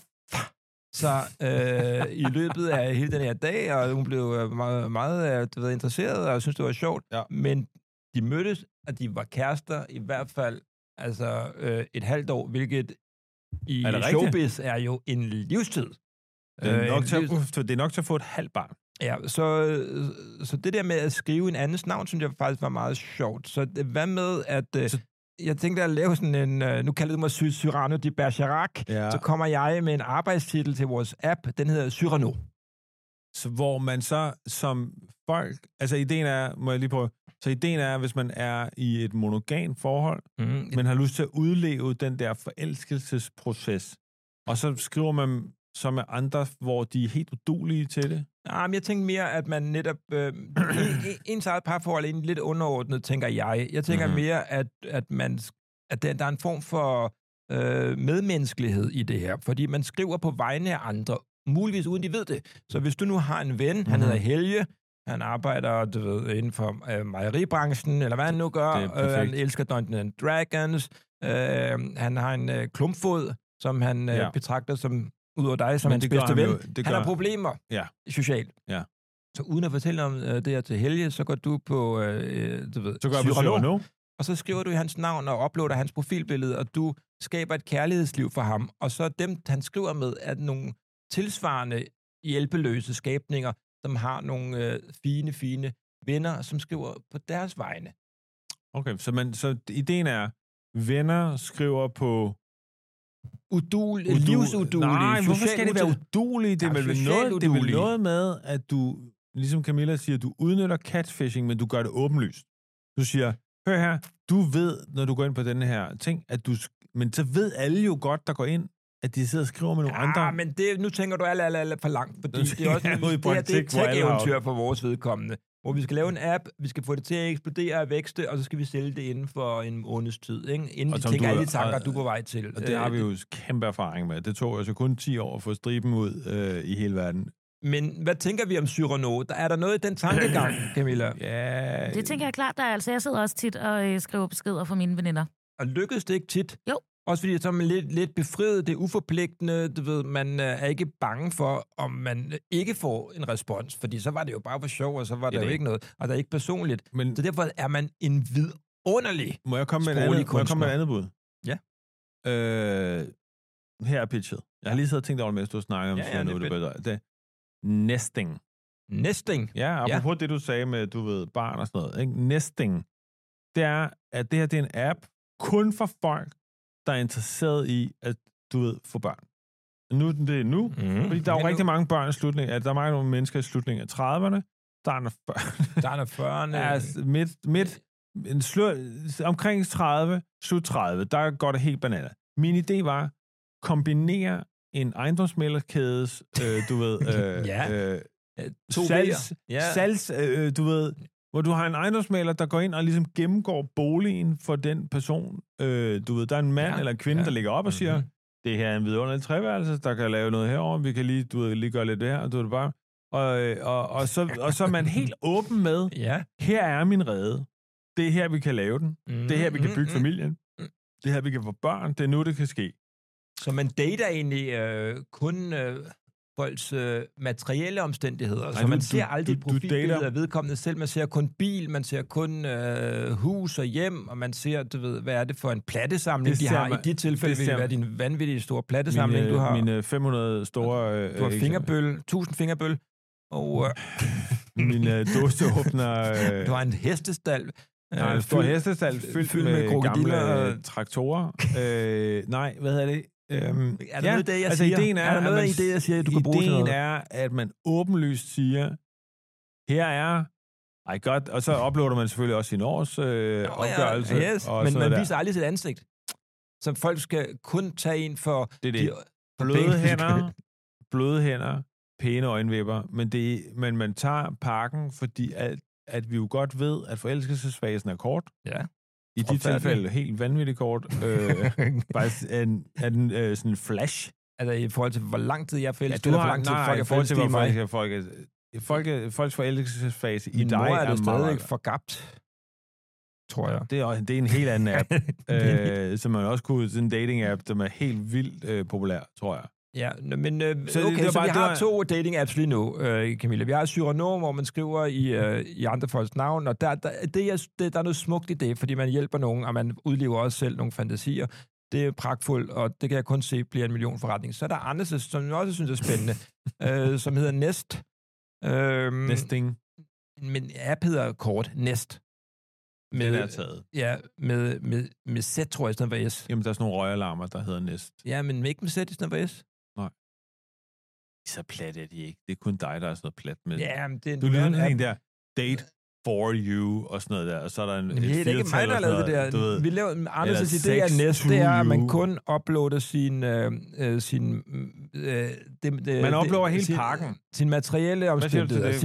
så øh,
(laughs)
i løbet af hele den her dag, og hun blev øh, meget, meget øh, du ved, interesseret, og synes det var sjovt.
Ja.
Men de mødtes, og de var kærester, i hvert fald altså, øh, et halvt år, hvilket i
Er det rigtigt?
showbiz er jo en livstid.
Det er,
Øh,
nok
en
til,
livs-
at- det er nok til at få et halvt barn.
Ja, så, øh, så det der med at skrive en andens navn, synes jeg faktisk var meget sjovt. Så det- hvad med, at øh,
Så-
jeg tænkte at lave sådan en, øh, nu kalder du mig Sy- Cyrano de Bergerac,
Ja.
så kommer jeg med en arbejdstitel til vores app, den hedder Cyrano.
Så hvor man så som folk... Altså ideen er, må jeg lige prøve... Så ideen er, hvis man er i et monogam forhold,
Mm,
men har lyst til at udleve den der forelskelsesproces, og så skriver man så med andre, hvor de er helt udulige til det.
Ah, men jeg tænkte mere, at man netop... Øh, en- en- ens eget parforhold er egentlig lidt underordnet, tænker jeg. Jeg tænker
Mhm.
mm-hmm. mere, at, at, man, sk- at der, der er en form for øh, medmenneskelighed i det her. Fordi man skriver på vegne af andre, muligvis uden de ved det. Så hvis du nu har en ven, mm-hmm. han
Mhm.
hedder Helge, han arbejder du ved, inden for øh, mejeribranchen, eller hvad han nu gør.
det er
øh, han
perfekt.
elsker Dungeons and Dragons. Øh, han har en øh, klumpfod, som han øh,
Ja.
ja. betragter som, ud over dig, som
Men
hans
det gør
bedste ven.
han jo- det
han
gør-
har problemer
Ja.
socialt.
Ja.
Så uden at fortælle om øh, det her til Helge, så går du på, øh, du ved,
Så går jeg på psykolog.
og så skriver du i hans navn og uploader hans profilbillede, og du skaber et kærlighedsliv for ham. Og så dem, han skriver med, er nogle tilsvarende hjælpeløse skabninger, som har nogle øh, fine, fine venner, som skriver på deres vegne.
Okay, så, man, så ideen er, venner skriver på...
Udul,
udu-
udul. livsudulige.
Nej, hvorfor skal
socialt
det være
udul-
udulige? Det er
Nej,
vel
socialt
noget, det er vel
uduelige.
noget med, at du, ligesom Camilla siger, du udnytter catfishing, men du gør det åbenlyst. Du siger, hør her, du ved, når du går ind på den her ting, at du... sk- Men så ved alle jo godt, der går ind, at de sidder og skriver med nogle andre.
Ja, Ah, men det, nu tænker du alt, alt, alt for langt, fordi
Nu
det er også
tænker jeg
det,
ud i
her, det er
politik,
et
hvor alle har-
tech-eventyr for vores vedkommende, hvor vi skal lave en app, vi skal få det til at eksplodere og vækste, og så skal vi sælge det inden for en måneds tid, ikke? inden
Og
vi
Tom,
tænker
du-
alle de tanker,
og-
du er på vej til.
Og det har
Øh,
vi jo kæmpe erfaring med. Det tog altså kun 10 år at få striben ud øh, i hele verden.
Men hvad tænker vi om Cyrano? Der er der noget i den
(laughs)
tankegang, Camilla?
Ja,
Det tænker jeg klart, der er altså. Jeg sidder også tit og øh, skriver beskeder for mine veninder.
Og lykkedes det ikke tit?
Jo.
Også fordi så er man lidt, lidt befriet, det er uforpligtende, du ved, man øh, er ikke bange for, om man ikke får en respons, fordi så var det jo bare for sjov, og så var
Det er
der jo
det.
ikke noget, og der er ikke personligt.
Men
Så derfor er man en vidunderlig
må jeg komme med, et
Sproglige
andet, må jeg komme med et andet bud?
Ja.
Øh, her er pitchet. Jeg har lige siddet og tænkt over det, mens du snakkede om
Ja, ja,
sådan
det er
noget, du ved. det. Nesting.
næsting.
Ja,
Ja.
apropos det, du sagde med, du ved, barn og sådan noget. Ikke? Nesting. Det er, at det her det er en app kun for folk, der er interesseret i, at du ved, få børn. Nu er den det nu,
Mm.
Fordi der er jo rigtig mange børn i slutningen, at der er mange mennesker i slutningen af 30'erne, starten af 40'erne,
Der er noget 40'erne.
er s- altså, midt, midt en slør, omkring 30, slut 30, der går det helt banalt. Min idé var, kombinere en ejendomsmælderkædes, øh, du
(laughs)
ved, øh,
Ja.
øh,
Øh,
salgs,
V'er.
ja.
Ja.
salgs øh, du ved, hvor du har en ejendomsmaler, der går ind og ligesom gennemgår boligen for den person. Øh, du ved, der er en mand ja.
Ja,
eller en kvinde, ja.
ja.
der ligger op og siger,
Mhm.
det her er en vidunderlig treværelse, der kan lave noget herover, vi kan lige, du ved, lige gøre lidt der, og du ved det bare. Og, øh, og, og, så, og så er man helt åben med,
Ja.
her er min rede. Det er her, vi kan lave den.
Mm,
Det er her, vi kan
mm,
bygge
mm.
familien. Det er her, vi kan få børn. Det er nu, det kan ske.
Så man dater egentlig øh, kun øh, folks øh, materielle omstændigheder.
Nej,
så
men
man
du-
ser aldrig
du- du
profilbilledet
dater-
af vedkommende selv. Man ser kun bil, man ser kun øh, hus og hjem, og man ser, du ved, hvad er det for en plattesamling,
Det
de
ser
har.
man-
I dit tilfælde
det
vil
ser
det være din vanvittige store plattesamling,
mine,
du har.
Mine 500 store... Øh,
du har
øh, Mm.
fingerbøl, tusind fingerbøl, og øh, (laughs)
Mine øh, dåseåbner... Øh,
du har en hestestal. øh,
der er en stor hestesal fyldt,
fyldt med
med, med
krokodiller
gamle øh,
og-
traktorer. Øh, nej, hvad hedder det? Øhm,
Er der noget i det, jeg
altså,
siger?
Ideen er,
Er der noget
at man,
i det, jeg siger, du kan bruge til
Ideen
noget?
er, at man åbenlyst siger, her er... Ej, godt. Og så uploader man selvfølgelig også sin års øh,
Nå ja,
opgørelse.
Yes,
og
men
sådan
man
noget
viser aldrig sit ansigt. Så folk skal kun tage en for...
Det er det.
De, for
bløde
penge.
hænder, bløde hænder, pæne øjenvipper, men, det, er- men man tager pakken, fordi at, at vi jo godt ved, at forelskelsesfasen er kort.
Ja.
I de
Forfærdelig.
tilfælde helt vanvittigt kort.
(laughs)
Øh, faktisk er den, er den øh, sådan en flash.
altså i forhold til, hvor lang tid jeg er forelsket,
du
eller hvor lang tid
nej,
folk er
i forhold til,
forelsket i
hvor
mig.
folk er forelsket. Folk, er- folks forelskelsesfase i
Min
dig
mor er,
meget,
det stadig
meget-
forgabt, tror jeg.
det er, også- det er en helt anden
(laughs)
app, øh, som man også kunne, sådan en dating-app, som er helt vildt øh, populær, tror jeg.
Ja, nå, men øh,
Så
så
det-
okay,
det var
så
bare-
vi
det
har
var-
to dating-apps lige nu, øh, Camilla. Vi har Cyrano, hvor man skriver i, øh, i andre folks navn, og der, der, det er, det, der er noget smukt i det, fordi man hjælper nogen, og man udlever også selv nogle fantasier. Det er pragtfuldt, og det kan jeg kun se bliver en million forretning. Så er der Anders, som jeg også synes er
(laughs)
spændende, øh, som hedder Nest. Øhm,
Mm. Nesting,
Men app hedder kort Nest.
den er
Med,
taget.
ja, med, med, med Z, tror jeg, i stedet for S.
Jamen, der er sådan nogle røgalarmer, der hedder Nest.
Ja, men ikke med Z i stedet for S.
så plat er de ikke. Det er kun dig, der er sådan noget plat med.
Ja, men det er en
du lyder
en
sådan
app.
en der, date for you og sådan noget der, og så er der en
Jamen, det er da ikke mig, der har lavet det der.
Du ved,
vi laver, Anders' idé
sex
er næste,
to
det er, at man
you.
kun uploader sin... Øh, øh, sin øh, det, det,
man oplever hele
sin,
pakken.
Sin materielle
Hvad siger du til
omstændigheder,
det,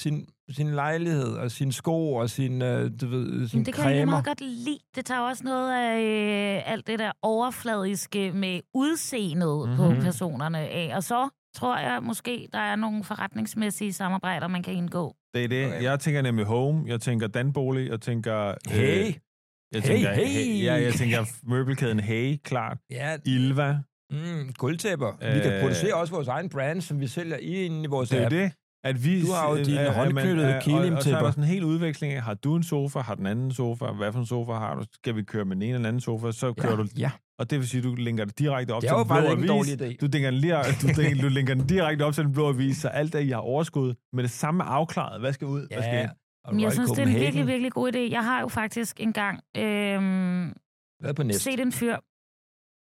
sin, øh,
Camilla?
sin, sin lejlighed og sine sko og sin, øh, du ved, sin
Jamen, det kan jeg egentlig
cremer.
meget godt lide. Det tager også noget af øh, alt det der overfladiske med udseendet mm-hmm.
Mhm.
på personerne af. Og så tror jeg måske, der er nogle forretningsmæssige samarbejder, man kan indgå.
Det er det.
Okay.
Jeg tænker nemlig home, jeg tænker Danbolig, jeg tænker...
Hey,
øh, Jeg
Hey,
tænker,
hey!
ja, jeg tænker møbelkæden Hey, klart.
Ja,
Ilva.
mm, guldtæpper. Øh, vi kan
Øh.
producere også vores egen brand, som vi sælger inde i vores
Det er jo
app.
det. At vi,
Du har jo
øh,
dine
øh,
håndknyttede
øh, og- Og så er
Kelim-tæpper.
der sådan en hel udveksling af, har du en sofa, har den anden sofa, hvad for en sofa har du, skal vi køre med den ene eller den anden sofa, så kører
ja,
du,
ja,
og det vil sige, du linker det direkte op
det
til
er jo
den blå
faktisk ikke
avis.
en dårlig idé.
Du, linker den lige, du, linker, du linker den direkte op til den blå avis, så alt det, I har overskud, med det samme afklaret, hvad skal ud, hvad skal ind.
og
Men jeg
Royal
synes, det er en
Copenhagen.
virkelig, virkelig god idé. Jeg har jo faktisk engang øhm,
Hvad på næste?
set en fyr,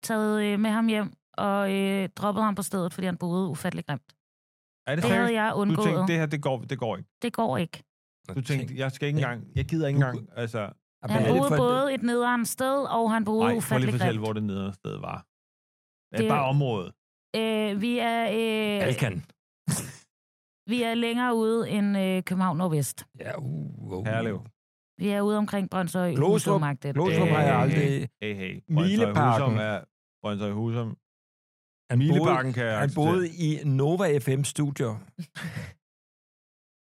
taget øh, med ham hjem og øh, droppet ham på stedet, fordi han boede ufattelig grimt.
Er det
Det
seriøst?
havde jeg
Du
undgået.
tænkte, det her, det går, det går ikke.
Det går ikke.
Nå,
Du tænkte, jeg skal ikke
Ja.
engang, jeg gider ikke
Du-
engang, altså, ej,
Ah,
Han
hvad er det
boede
for et-
både et nederen sted, og han boede
prøv lige at
ufattelig
fortælle,
grimt.
hvor det nedre sted var. Det
Det-
er bare området.
Øh, vi, er, øh,
Balkan.
vi er længere ude end øh, København Nordvest.
Ja, uh, uh.
Herlev.
Vi er ude omkring Brøndshøj.
Glostrup.
Glostrup.
Glostrup har jeg
Øh,
aldrig...
Hey, hey.
Mileparken.
Brøndshøj Husum er... Brøndshøj Husum.
Han boede,
Mileparken kan jeg
han
acceptere.
boede i Nova FM-studier.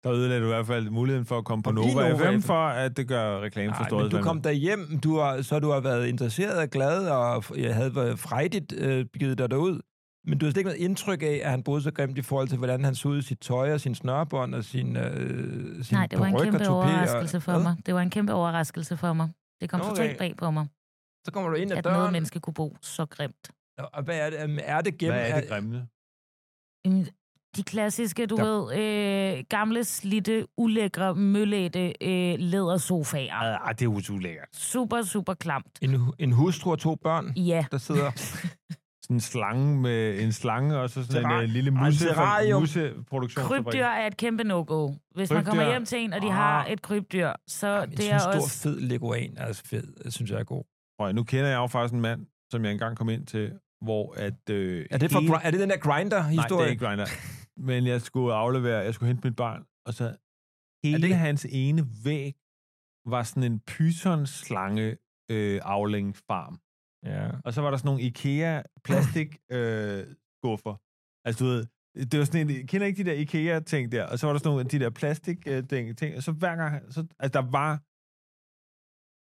Der ødelagde du i hvert fald muligheden for at komme på
Og i
Nova,
Nova
FM
FM.
for, at det gør reklame for
Nej,
Storheds.
men du kom derhjem, du har, så du har været interesseret og glad, og f- jeg havde været frejdigt øh, givet dig derud. Men du har slet ikke noget indtryk af, at han boede så grimt i forhold til, hvordan han så ud i sit tøj og sin snørbånd og sin, øh, sin
Nej, det var en
paryk og
kæmpe
toupé og-
overraskelse for
Hvad?
mig. Det var en kæmpe overraskelse for mig. Det kom
Nå,
så
okay.
totalt bag på mig,
Så kommer du ind ad
at noget
døren,
menneske kunne bo så grimt.
og hvad er det? Øhm, Er det gennem...
Hvad er det grimme?
Jamen, De klassiske, du
Der-
ved, øh, gamle, slitte, ulækre, møllætte øh, lædersofaer.
Ah,
Ej, det er usulækkert.
Super, super klamt.
en, hu- en hustru og to børn,
Ja,
der sidder...
Sådan en slange med en slange, og så sådan en,
Terra-
øh, lille
Ej,
musse,
terrarium.
museproduktion.
krybdyr er et kæmpe no-go. Hvis man kommer
Krybdyr.
hjem til en, og de har
Ah.
et krybdyr, så
Jamen, jeg
det
synes,
er
stor
også...
fed leguan er fed, synes jeg er god.
Prøv, at- nu kender jeg jo faktisk en mand, som jeg engang kom ind til, hvor at... Øh,
Er det, for,
hele-
gri- er det den der grinder-historie?
Nej, det er ikke Grindr. Men jeg skulle aflevere, jeg skulle hente mit barn, og så hele
det-
det... hans ene væg var sådan en python-slange øh, afling farm.
Ja.
Og så var der sådan nogle IKEA plastik øh, skuffer. Altså du ved, det var sådan en, kender ikke de der IKEA ting der, og så var der sådan nogle af de der plastik øh, ting, ting, og så hver gang, så, altså der var,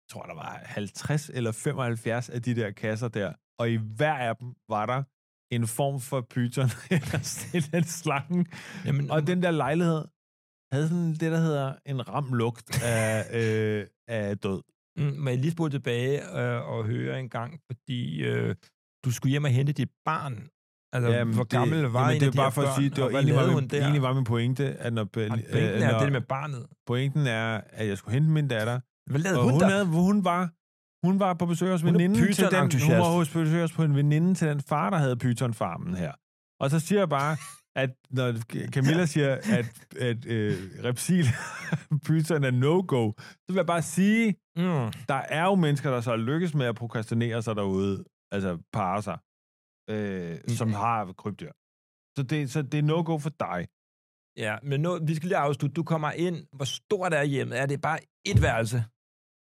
jeg tror der var 50 eller 75 af de der kasser der, og i hver af dem var der en form for pyton, (laughs) eller sådan en slange,
Jamen,
og den der lejlighed havde sådan det, der hedder en ram lugt af, øh, af død.
Mm, må jeg lige spole tilbage øh, og høre en gang, fordi øh, du skulle hjem og hente dit barn. Altså, jamen, hvor gammel det, var
jamen,
en
det
af de
er bare
her
for at
børn,
sige, det
og
var,
hvad
egentlig, var
lavede
min,
hun der?
egentlig var min pointe, at når,
Ej,
Bel- øh,
pointen er
når
det med barnet.
pointen er, at jeg skulle hente min datter,
Hvad lavede
og
hun,
hun,
der?
havde, hun var hun var på besøg hos
Hun er
veninden til den, hun
python-entusiast.
var hos besøg hos på en veninde til den far, der havde pythonfarmen her. Og så siger jeg
(laughs)
bare, at når Camilla siger, at, at øh, reptil (laughs) python er no-go, så vil jeg bare sige,
Mm.
der er jo mennesker, der så lykkes med at prokrastinere sig derude, altså parre sig, øh,
Mm.
som har krybdyr. Så det, så det er no-go for dig.
Ja, men nu, vi skal lige afslutte. Du kommer ind. Hvor stort er hjemmet? Er det bare et værelse?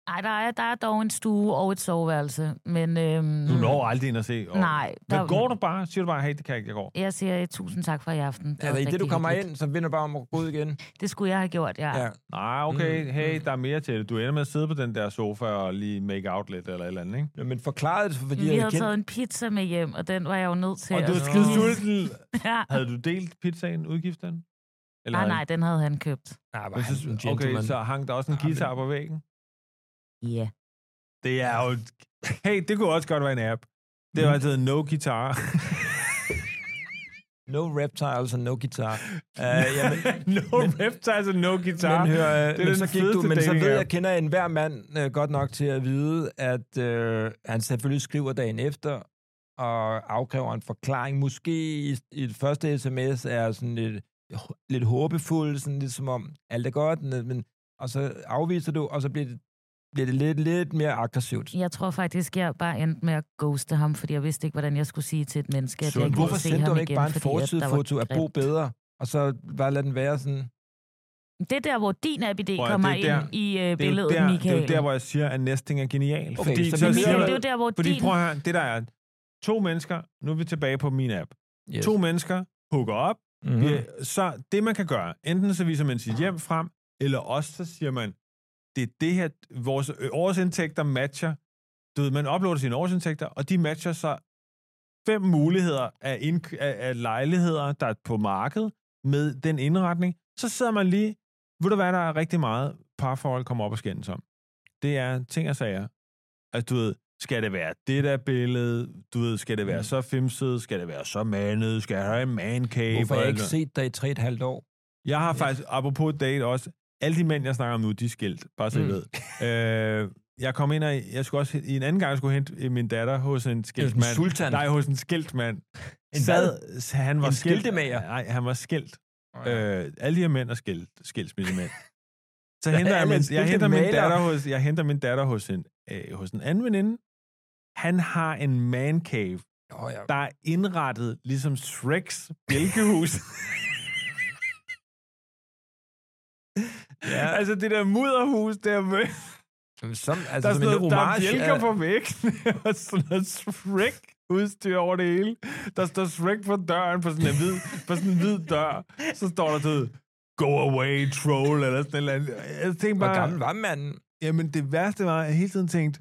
Ej, der er, der er dog en stue og et soveværelse, men... Øhm,
Mm.
Du når aldrig ind og se. Og,
Nej.
Men går du bare, siger du bare, hey, det kan jeg ikke, jeg går.
Jeg siger øh, tusind tak for i aften. Det var
Altså, i det,
rigtig
du kommer
hyggeligt.
ind, så vender du bare om at gå ud igen.
Det skulle jeg have gjort, ja.
Ja.
ja.
Nej, okay,
Mm,
mm, hey,
mm.
der er mere til det. Du ender med at sidde på den der sofa og lige make out lidt eller et eller andet, ikke?
ja. Men forklaret, fordi
Vi
jeg
havde
kendte-
taget en pizza med hjem, og den var jeg jo nødt til
Og
at
du er
Nå.
skide
spise.
sulten.
(laughs) Ja.
Havde du delt pizzaen, udgiften? Eller
Ah, Nej, nej, den havde han købt.
Nej, var
Men
han en
så, okay,
gentleman.
så hang der også en
Ja, men-
guitar på væggen?
Ja.
Det er jo... Hey, det kunne også godt være en app. Det var
Mm.
altid no guitar.
No reptiles and no
(laughs)
guitar. Uh, jamen,
no
men-
reptiles and no guitar.
Men, hør, øh,
er
men,
den
så gik du,
fedeste
men så ved
dating-app.
jeg, kender en hver mand øh, godt nok til at vide, at øh, han selvfølgelig skriver dagen efter, og afkræver en forklaring. Måske i, i det første sms er sådan lidt, lidt håbefuld, sådan lidt som om, alt er godt, men, men- og så afviser du, og så bliver det, bliver det lidt, lidt mere aggressivt.
Jeg tror faktisk, jeg bare endte med at ghoste ham, fordi jeg vidste ikke, hvordan jeg skulle sige til et menneske, at
Sund
jeg ikke
Hvorfor
ville se
sendte du
ham
ham ikke
igen,
bare en
fordi at der var
forsidefoto af Bo
grimt.
bedre, og så bare lade den være sådan?
Det er der, hvor din app-idé
Prøv at-
kommer
det er
ind
der-
i øh,
Det er, jo
billedet,
der, det
Michael.
er jo der, hvor jeg siger, at næsten er genial.
Okay, så
Men
jeg
Michael,
siger-
det er jo der, hvor
Fordi
din...
prøv at høre, det der er to mennesker, nu er vi tilbage på min app. Yes. To mennesker hooker op,
Mm-hmm.
mm. så det man kan gøre, enten så viser man sit hjem frem, eller også så siger man, det er det her, vores øh, årsindtægter matcher, du ved, man uploader sine årsindtægter, og de matcher så fem muligheder af, indk- af, af lejligheder, der er på markedet, med den indretning, så sidder man lige, ved du hvad, der er rigtig meget parforhold kommer op og skændes om. Det er ting og sager. Altså, du ved, skal det være det der billede? Du ved, skal det være
Mm.
så fimset? Skal det være så mandet? Skal jeg have en man cave?
Hvorfor har
Og
jeg
alt
ikke
sådan-
set dig i tre et halvt år?
jeg har
Ja.
faktisk, apropos date også, alle de mænd, jeg snakker om nu, de er skilt, bare så I
Mm.
ved. Øh, jeg kom ind, og jeg skulle også, i en anden gang, jeg skulle hente øh, min datter hos en skilt
en
mand.
sultan.
Nej, hos en skilt mand.
En
Sad, så han var
En
skilt.
skiltemager?
Nej, han var skilt.
Øh,
Øh, alle de her mænd er skilt, skilsmissemænd. Så
Der
henter
er
jeg, min,
en
jeg, henter min
skiltemager.
datter hos, jeg henter min datter hos en, øh, hos en anden veninde. Han har en man cave,
Nå, ja.
der er indrettet ligesom Shreks bjælkehus. ja. (laughs) Altså det der mudderhus, der, med,
Som, altså,
der, er
som
sådan
en øh,
noget, der er
homage
bjælker
af-
på væggene, (laughs) og sådan noget Shrek-udstyr over det hele. Der står Shrek på døren, på sådan en hvid, på sådan en hvid dør. Så står der sådan, go away, troll, eller sådan et eller andet. Jeg tænkte
Hvor
bare,
gammel var manden?
jamen det værste var, at jeg hele tiden tænkte,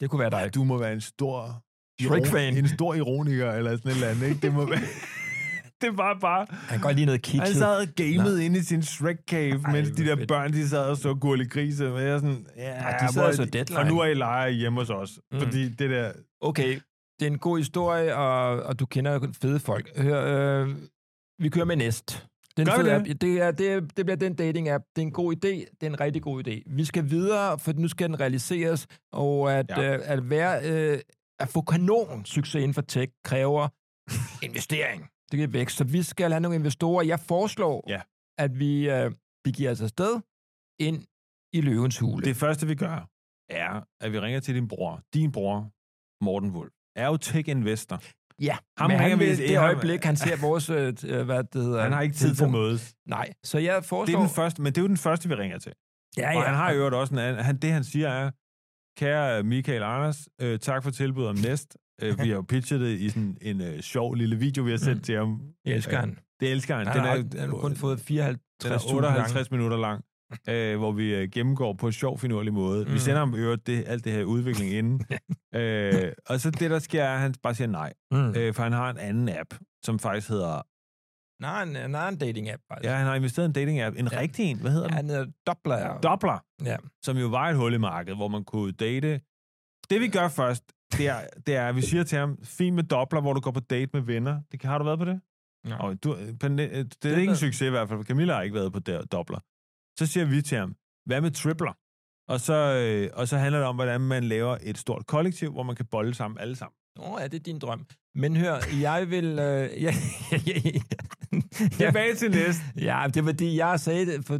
Det kunne være dig.
du må være en stor...
Shrek-fan.
En stor ironiker, eller sådan et eller andet, ikke? Det må være... (laughs) det var bare...
Han går lige noget kitschet.
Han
Altså,
sad og gamede inde i sin Shrek-cave,
Ej,
mens
hvor
de der
fedt.
børn, de sad og så gurle grise. Og jeg er sådan, ja,
de sad
hvor-
og så Deadline.
Og nu er I lejer hjemme hos os.
Mm.
Mm. Fordi det der...
okay, det er en god historie, og, og du kender jo kun fede folk. Hør, øh, vi kører med næst. Den
Gør vi
fede
det?
App, det, er, det, er- det bliver den dating-app. Det er en god idé. Det er en rigtig god idé. Vi skal videre, for nu skal den realiseres. Og at, ja.
Ja.
øh, at, være, øh, at få kanon succes inden for tech kræver investering. Det kan vækst. Så vi skal have nogle investorer. Jeg foreslår,
Ja.
at vi, øh, vi giver os afsted ind i løvens hule.
Det første, vi gør, er, at vi ringer til din bror. Din bror, Morten Wolf, er jo tech-investor.
Ja,
Ham
men
ringer
han
vi-
vil, det
ham-
øjeblik, han
(laughs)
ser vores, øh, t- øh, hvad det hedder...
Han har ikke tid til at
telefon.
mødes.
Nej, så jeg
Det
foreslår...
er den første, men det er jo den første, vi ringer til.
ja,
Ja,
ja.
ja. Og han har jo øvrigt også en anden, han, det, han siger er, kære Michael Anders, øh, tak for tilbuddet om næst. Øh, vi har jo pitchet det i sådan en øh, sjov lille video, vi har sendt
Mm.
til ham.
Jeg elsker
Øh,
han.
Det elsker han.
Han,
Den
har,
er-
han har kun fået 54.000
Den er 58
gange.
minutter lang, øh, hvor vi øh, gennemgår på en sjov, finurlig måde. Mm.
Mm.
Vi sender ham i øvrigt det, alt det her udvikling
(laughs)
inden. øh, og så det, der sker, er, at han bare siger nej.
Mm.
Øh, for han har en anden app, som faktisk hedder...
Nej, en, han har en dating-app, faktisk.
Ja, han har investeret i en dating-app. En
Ja.
ja. rigtig en. Hvad hedder
Ja,
den?
han hedder Doppler.
Doppler.
Ja.
Som jo var et hul i markedet, hvor man kunne date. Det, vi gør først, det er, det er at vi siger til ham, fint med Doppler, hvor du går på date med venner. Det, kan- har du været på det?
Nej.
Og du, Pernille, øh, det er
Den
ikke en
er-
succes i hvert fald, for Camilla har ikke været på der, dobler. Så siger vi til ham, hvad med tripler? Og så, øh, og så handler det om, hvordan man laver et stort kollektiv, hvor man kan bolle sammen alle sammen.
Nå, ja, det er din drøm. Men hør, jeg vil... Øh, (laughs) jeg,
Tilbage til
(laughs)
næste.
Ja, det er fordi, jeg sagde det for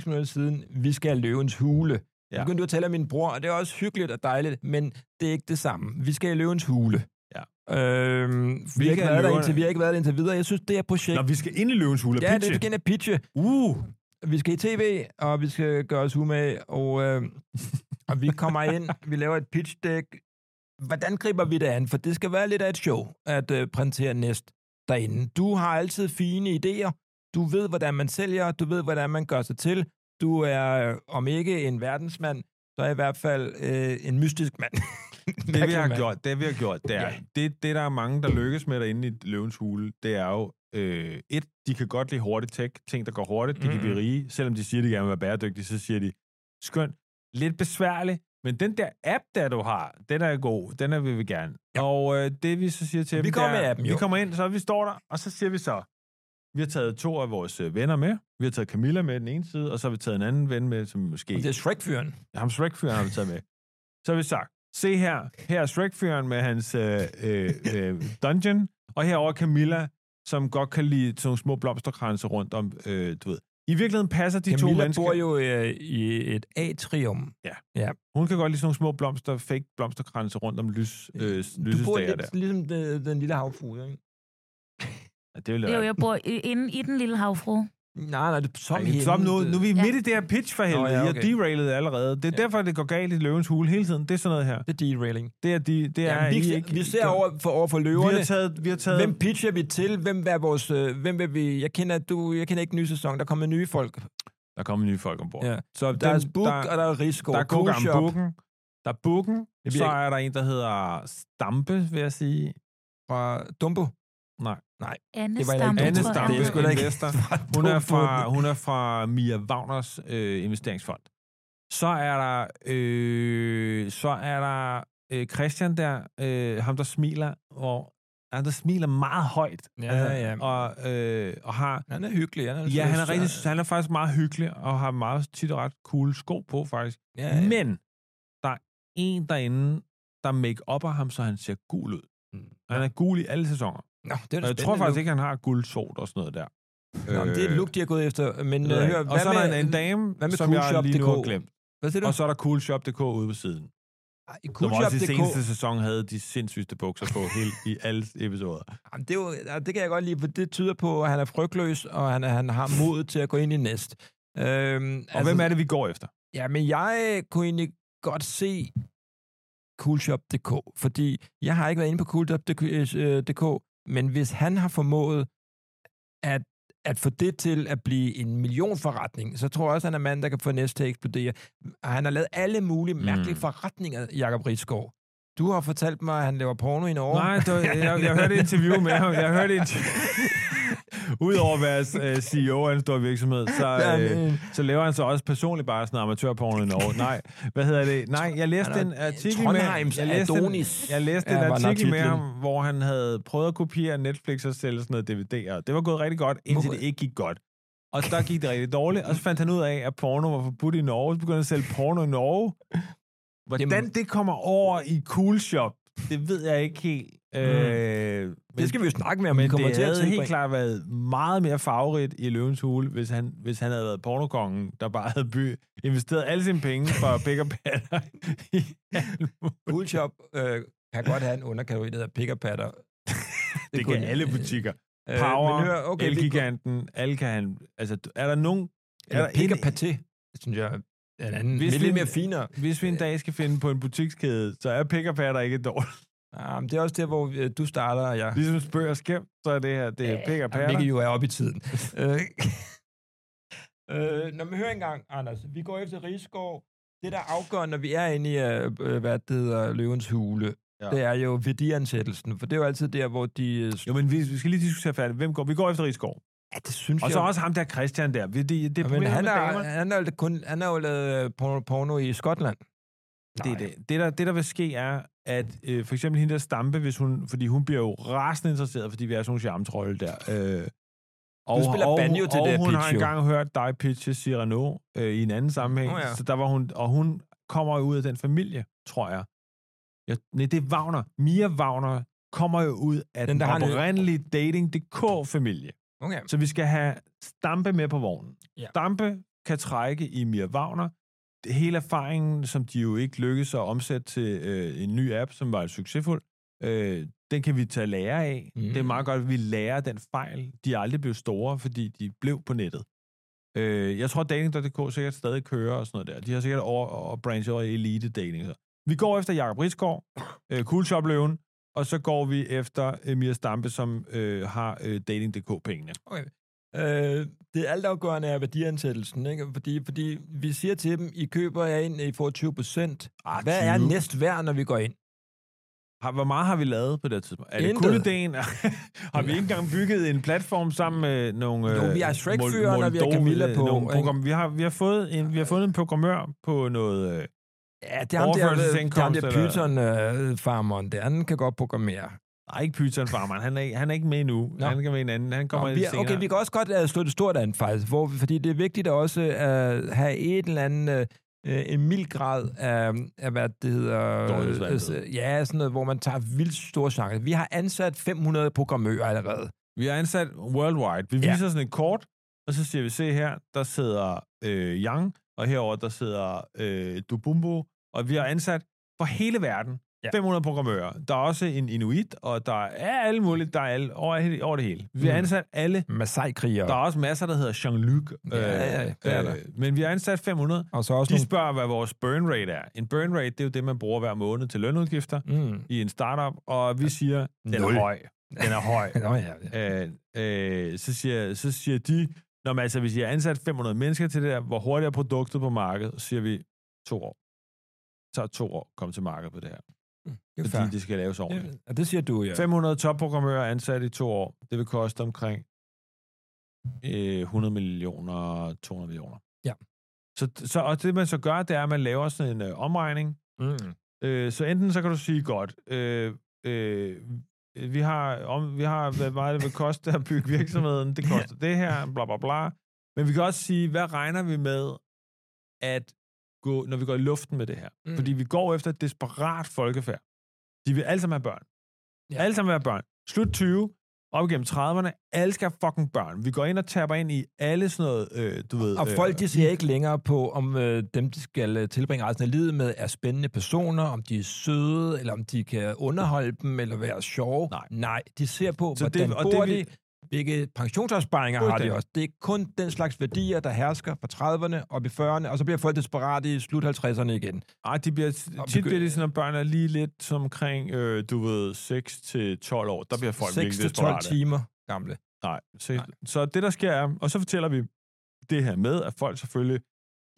5-6 minutter siden, vi skal have løvens hule. Ja.
Ja.
Nu begyndte du at tale om min bror, og det er også hyggeligt og dejligt, men det er ikke det samme. Vi skal i løvens hule.
Ja.
Øhm, vi, har ikke
er
været der
løverne?
indtil, vi har ikke været der indtil videre. Jeg synes, det her projekt...
Når vi skal ind i løvens hule og
ja,
pitche.
det er igen at pitche.
Uh,
Vi skal i tv, og vi skal gøre os umage, og,
(laughs)
øh, og vi kommer ind, vi laver et pitch deck. Hvordan griber vi det an? For det skal være lidt af et show at øh, præsentere næst derinde. Du har altid fine idéer. Du ved, hvordan man sælger. Du ved, hvordan man gør sig til. Du er, øh, om ikke en verdensmand, så er i hvert fald øh, en mystisk mand. (laughs)
det vi
Mærkelig
har
mand.
gjort, det vi har gjort, det er,
Ja.
ja. det, det der er mange, der lykkes med derinde i løvens hule, det er jo, øh, et, de kan godt lide hurtigt tech, ting, der går hurtigt, de mm. kan
Mhm.
blive rige, selvom de siger, de gerne vil være bæredygtige, så siger de, skønt, lidt besværligt, men den der app, der du har, den er god, den er vi vil gerne. Ja. Og øh, det vi så siger til
Vi
dem,
kommer
det er,
med appen,
vi
jo.
kommer ind, så vi står der, og så siger vi så, vi har taget to af vores øh, venner med, vi har taget Camilla med den ene side, og så har vi taget en anden ven med, som måske
Det er Shrek-fyren.
ham Shrek-fyren har vi taget med. Så har vi sagt, se her, her er Shrek-fyren med hans øh, øh, øh, dungeon, og herover Camilla, som godt kan lide sådan nogle små blomsterkranse rundt om, øh, du ved. I virkeligheden passer de to
Camilla
mennesker.
bor jo øh, i et atrium.
Hun kan godt lide sådan nogle små blomster, fake blomsterkranse rundt om lys, øh,
Du bor
lysestager der.
lidt ligesom den, den lille havfru, ikke?
Ja, det vil
Det er jo,
være.
jeg bor i- inde i den lille havfru.
Nej, nej, det er som
Ej, stop nu, nu er vi
Ja.
midt i det her pitch for helvede.
ja,
ja, okay.
okay.
Jeg derailet allerede. Det er
Ja.
derfor, det går galt i løvens hule hele tiden. Det er sådan noget her.
Det er derailing.
Det er, de, det er
Ja, vi,
I
ikke, vi ser over for, over for
vi
løverne.
har taget, vi har taget
Hvem pitcher vi til? Hvem er vores... Øh, hvem vil vi... Jeg kender, du, jeg kender ikke den nye sæson. Der kommer nye folk.
Der kommer nye folk ombord.
Ja. Så der er Book,
der-
og der er Rigsgaard.
Der er Kogan
Cool Shop.
Bukken. Der er Bukken.
Det
Så
bliver
er der en, der hedder Stampe, vil jeg sige.
fra Dumbo.
Nej.
Anne
Det var heller
Stampe,
ikke
Anne
tror jeg.
Stampe.
Det er sgu da ikke (laughs)
Investor.
fra
Hun er
Dumbo.
fra, hun er fra Mia Wagners øh, investeringsfond. Så er der, øh, så er der øh, Christian der, øh, ham der smiler, og han der smiler meget højt. altså,
Ja, ja.
Og, øh, og har,
Han er hyggelig. Han er
ja, han er,
sød.
rigtig, han er faktisk meget hyggelig, og har meget tit og ret cool sko på, faktisk.
Ja,
Ja,
ja.
Men der er en derinde, der make-upper ham, så han ser gul ud.
Mm.
Han er gul i alle sæsoner.
Nå, det er
Og jeg tror faktisk ikke, han har guldsort og sådan noget der.
Nå, men det er et look, de har gået efter. Men
Øh,
øh, hør,
og så er
hvad
der
med,
en, en dame,
hvad med
som jeg lige nu har
coolshop.dk?
glemt.
Hvad siger du?
Og så er der coolshop.dk ude på siden.
Ej, i
Som også
Coolshop.dk.
i seneste sæson havde de sindssygste bukser på helt i alle
(laughs)
episoder.
Jamen, det, er jo, ja, det kan jeg godt lide, for det tyder på, at han er frygtløs, og han, han har mod til at gå ind i næst. Øhm,
Og hvem er det, vi går efter?
Ja, men jeg kunne egentlig godt se coolshop.dk, fordi jeg har ikke været inde på coolshop.dk, men hvis han har formået at, at få det til at blive en millionforretning, så tror jeg også, at han er mand, der kan få næste til at eksplodere. Og Han har lavet alle mulige mærkelige
Mm.
forretninger, Jacob Ridsgaard. Du har fortalt mig, at han laver porno i en år.
Nej, der, jeg, jeg hørte et interview med ham. Jeg hørte
(laughs)
et interview. Udover at være øh, CEO af en stor virksomhed, så, øh, så laver han så også personligt bare sådan noget amatørporno i Norge. Nej, hvad hedder det? Nej, jeg læste
Han
en
er
artikel med,
Trondheims
jeg læste en,
Adonis.
jeg læste
Ja,
en
var nok
artikel med
titlen.
ham, hvor han havde prøvet at kopiere Netflix og sælge sådan noget DVD'er. Det var gået rigtig godt, indtil
Hvor-
det ikke gik godt. Og der gik det rigtig dårligt, og så fandt han ud af, at porno var forbudt i Norge, så begyndte han at sælge porno i Norge. Hvordan
Jamen-
det kommer over i Cool Shop, det ved jeg ikke helt. Øh, men,
Mm. det skal vi jo snakke med, om vi
men
kommer
det
til at
havde
tilbringe.
helt klart været meget mere farverigt i Løvens Hule, hvis han, hvis han havde været pornokongen, der bare havde by, investeret alle sine penge for pick (laughs) og patter. i alt muligt.
Coolshop øh, kan godt have en underkategori, der hedder pick og (laughs) patter.
det, det kan alle butikker.
Øh,
Power,
men hør, okay, det kunne-
Elgiganten, alle kan han... Altså, er der nogen... Er
Eller
der
pick
en-
og paté, synes jeg er en anden.
Hvis
Hvis lidt
vi-
mere finere.
Hvis vi en dag skal finde på en butikskæde, så er pick og patter ikke
(laughs)
dårligt.
Ah, men det er også der, hvor øh, du starter, og jeg
Ligesom spørg og skæm, så er det her, det er pick og
og Mikkel
patter.
jo er oppe i (laughs) tiden. Øh, øh, når man hører engang, Anders, vi går efter Rigskov. Det, der afgør, når vi er inde i, øh, øh, hvad det hedder, løvens hule,
Ja.
ja. det er jo værdiansættelsen, for det er jo altid der, hvor de... øh,
Jo, men vi, vi skal lige diskutere færdigt. Hvem går? Vi går efter Rigsgaard.
Ja, det synes
Og
jeg...
så også ham der Christian der. Det, det, det
Ja, men han,
med
er,
damer.
han, er jo kun, han er jo lavet øh, porno, porno i Skotland.
Det, er det. Det, der, det, der vil ske, er, at øh, for eksempel hende der Stampe, hvis hun, fordi hun bliver jo rasende interesseret, fordi vi er sådan nogle charmetrolde der. Øh, og,
spiller
og,
banjo til
og,
det her
hun har
pitch, jo.
engang hørt dig pitche Cyrano øh, i en anden sammenhæng.
Nå ja.
Så der var hun, og hun kommer jo ud af den familie, tror jeg. jeg nej, det er Wagner. Mia Wagner kommer jo ud af
Den,
den, den
der har en-
oprindelige dating.dk-familie.
Okay.
Så vi skal have Stampe med på vognen.
Ja.
Stampe kan trække i Mia Wagner. Det- Hele erfaringen, som de jo ikke lykkedes at omsætte til øh, en ny app, som var succesfuld, øh, den kan vi tage lære af. Mm.
Mm.
Det er meget godt, at vi lærer den fejl. De er aldrig blevet store, fordi de blev på nettet. Øh, jeg tror, dating.dk sikkert stadig kører og sådan noget der. De har sikkert over, over branchet over i elite dating. Så. Vi går efter Jakob Rigsgaard, øh, Cool Shop Løven, og så går vi efter øh, Mia Stampe, som øh, har øh, dating.dk-pengene.
Øh, det altafgørende er værdiansættelsen, ikke? Fordi, fordi vi siger til dem, I køber jer ind, I får 20 procent.
Ah,
Hvad er
20.
næst værd, når vi går ind?
Har, hvor meget har vi lavet på det tidspunkt? Er det
Intet.
kun ideen? (laughs) har vi ikke engang bygget en platform sammen med nogle...
Jo,
øh,
vi har Shrek-fyren, og vi har
Moldova-
Camilla på,
nogle
ikke?
program- vi, har, vi, har fået en, vi har fundet en programmør på noget... Øh,
Ja, det er ham der, det er ham
Overførselsindkomst,
der
eller-
Python-farmeren der. Han kan godt programmere.
nej, ikke Python Farmeren. Han er, ikke- han er ikke med nu.
Nå.
Han kan med en anden. Han kommer
Nå, vi, er-
senere.
okay, vi kan også godt uh, slå det stort an, faktisk. Hvor, fordi det er vigtigt at også uh, have et eller andet... Uh, en mild grad af, af, hvad det hedder...
Dårlighedsvanvid.
øh, ja, sådan noget, hvor man tager vildt store chancer. Vi har ansat 500 programmører allerede.
Vi har ansat worldwide. Vi
Ja.
viser sådan et kort, og så siger vi, se her, der sidder øh, Yang, og herover der sidder øh, Dubumbo, og vi har ansat for hele verden.
Ja.
Ja. 500 programmører. Der er også en inuit, og der er alle mulige, der er alle, over, over det hele. Vi har
Mm.
ansat alle.
Masai-krigere.
Der er også masser, der hedder Jean-Luc. øh,
Ja, ja, ja, det er der.
men vi har ansat 500.
Og så også
De spørger, hvad vores burn rate er. En burn rate, det er jo det, man bruger hver måned til lønudgifter
nogle... Mm.
i en startup, og vi siger, den
Nul.
er høj. Den er høj.
Nå ja, ja.
Øh, øh, så, siger, så siger de, Nå, men altså, hvis I har ansat 500 mennesker til det her, hvor hurtigt er produktet på markedet, så siger vi to år. Det tager to år at komme til markedet på det her,
Det er
fordi
fair.
det skal laves ordentligt.
Det, og det siger du, ja.
500 topprogrammører ansat i to år. Det vil koste omkring øh, 100 millioner, 200 millioner.
Ja.
Så, så og det, man så gør, det er, at man laver sådan en øh, omregning.
Mm.
Øh, så enten så kan du sige, godt, øh, øh, vi har, om, vi har, hvad meget det vil koste at bygge virksomheden, det koster det her, bla bla bla. Men vi kan også sige, hvad regner vi med, at gå, når vi går i luften med det her?
Mm.
Fordi vi går efter et desperat folkefærd. De vil alle sammen have børn.
Ja.
Ja. Alle sammen vil have børn. Slut 20, op igennem 30'erne, alle skal have fucking børn. Vi går ind og tapper ind i alle sådan noget, øh, du ved...
Og folk,
øh,
de ser ikke længere på, om øh, dem, de skal øh, tilbringe resten af livet med, er spændende personer, om de er søde, eller om de kan underholde dem, eller være sjove.
Nej.
Nej, de ser på,
Så
så
det-
hvordan det,
og
bor det,
det vi-
de, hvilke pensionsopsparinger har de
Fuldstændig.
også. Det er kun den slags værdier, der hersker fra 30'erne op i 40'erne, og så bliver folk desperate i slut 50'erne igen.
Ej, de bliver,
Og
tit
begy-
bliver de sådan, at børn er lige lidt som omkring, øh, du ved, 6-12 år. Der bliver folk
6
virkelig
til 12
desperate.
timer gamle.
Nej. Så,
Nej.
så det, der sker er, og så fortæller vi det her med, at folk selvfølgelig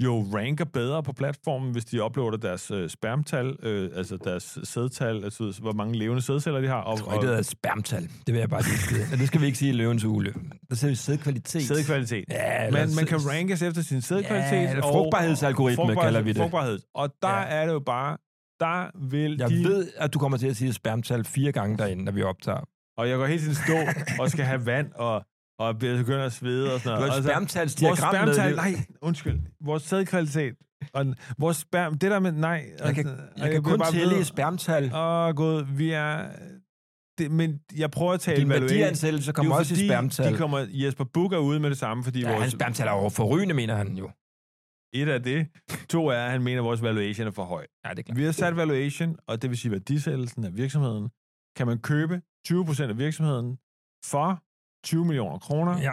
jo ranker bedre på platformen, hvis de uploader deres øh, spermtal, øh, altså deres sædtal, altså hvor mange levende sædceller de har. Og,
Jeg tror ikke, det hedder et spermtal. Det vil jeg bare lige sige. Men det skal vi ikke sige i løvens ule. Der siger vi sædkvalitet.
sædkvalitet.
Ja, eller
Man, man kan
sæd-
rankes efter sin sædkvalitet.
Ja, eller frugtbarhedsalgoritme kalder vi det.
Frugtbarhed. Og der
Ja.
er det jo bare, der vil
Jeg
de...
ved, at du kommer til at sige spermtal fire gange derinde, når vi optager.
Og jeg går hele tiden stå og skal have vand og, og begynder at svede og sådan
Du har
noget.
et
Altså, vores
spermtalsdiagram med.
spermtal,
det.
nej, undskyld. Vores sædkvalitet. Og den- vores sperm, det der med, nej. altså,
Jeg kan, jeg kan kun tælle i spermtal.
Åh, oh, gud, vi er... Det, men jeg prøver at tale
Din
evaluering.
værdiansættelse
Det er jo
kommer også i
fordi,
spermtal.
De kommer, Jesper Buch er ude med det samme, fordi
Ja,
vores,
hans spermtal er jo forrygende, mener han jo.
et er det. To er, at han mener, at vores valuation er for høj.
Ja, det er
Vi har sat valuation, og det vil sige værdisættelsen af virksomheden. Kan man købe 20% af virksomheden for 20 millioner kroner?
Ja.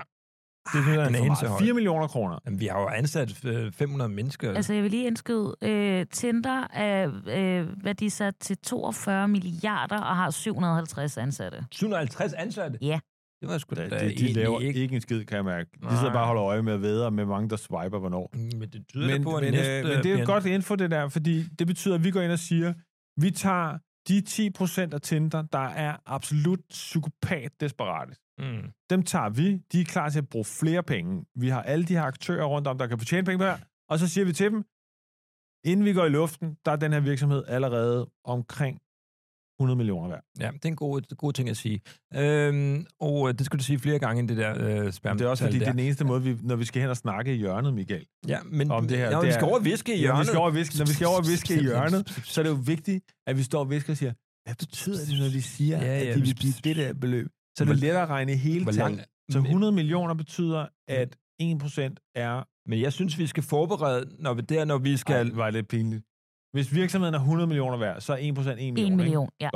Det synes jeg
den
er
er
for
anelse
meget.
høj.
4 millioner kroner.
Jamen, vi har jo ansat øh, 500 mennesker.
Altså, jeg vil lige indskyde, øh, Tinder er øh, værdisat til 42 milliarder og har 750 ansatte.
750 ansatte?
Ja.
Det var sgu da
Ja, de, de
egentlig
laver ikke. ikke en skid, kan jeg mærke. De
Nej.
sidder bare og holder øje med veder med hvor mange, der swiper hvornår.
Men det tyder men, på, at
men,
næste...
øh, men det er
bliver
jo
en-
godt info, det der, fordi det betyder, at vi går ind og siger, vi tager de 10% af Tinder, der er absolut psykopat desperate.
Mm.
Dem tager vi. De er klar til at bruge flere penge. Vi har alle de her aktører rundt om, der kan fortjene penge på det her. Og så siger vi til dem, inden vi går i luften, der er den her virksomhed allerede omkring 100 millioner værd.
Ja, det er en god, god ting at sige. Øhm, og øh, det skulle du sige flere gange, end det der øh,
Men
spærm.
det er også fordi, det er den eneste måde, vi, når vi skal hen og snakke i hjørnet, Michael.
Ja, men
Om det her,
ja,
det
vi skal
er-
over og viske i
Ja,
hjørnet.
vi skal over og viske, når vi skal over og viske i hjørnet, så er det jo vigtigt, at vi står og visker og siger, hvad betyder det, når de siger,
Ja,
ja,
ja,
ja, at de
hvis-
vil blive det der beløb? Så er det
Hvor-
lettere at regne hele
Hvor langt?
tallet. Så 100 millioner betyder, at 1% er...
Men jeg synes, vi skal forberede, når vi der, når vi skal...
Ej, det var lidt pinligt. Hvis virksomheden er 100 millioner værd, så er 1% 1 million.
1
ikke?
million, ja.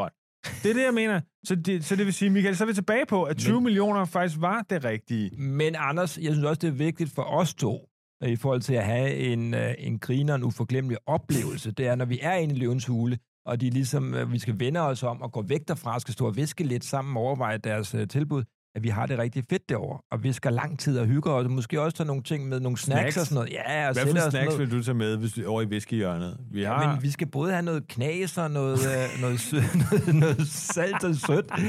Det er det, jeg mener. Så det, så det vil sige, Michael, så er vi tilbage på, at 20
Men-
millioner faktisk var det rigtige.
Men Anders, jeg synes også, det er vigtigt for os to, øh, i forhold til at have en, øh, en griner, en uforglemmelig oplevelse, det er, når vi er inde i løvens hule, og de ligesom, øh, vi skal vende os om og gå væk derfra, og skal stå og viske lidt sammen og overveje deres øh, tilbud, at vi har det rigtig fedt derovre, og visker lang tid og hygger os, og måske også tager nogle ting med, nogle snacks,
Snacks?
snacks. og sådan noget. Ja, og
Hvad
sætter
for
os
snacks
ned.
vil du tage med hvis du, over i viskehjørnet? Vi har...
Men vi skal både have noget knas og noget,
(laughs)
øh, noget, sø, (laughs) noget, noget salt og sødt. Og,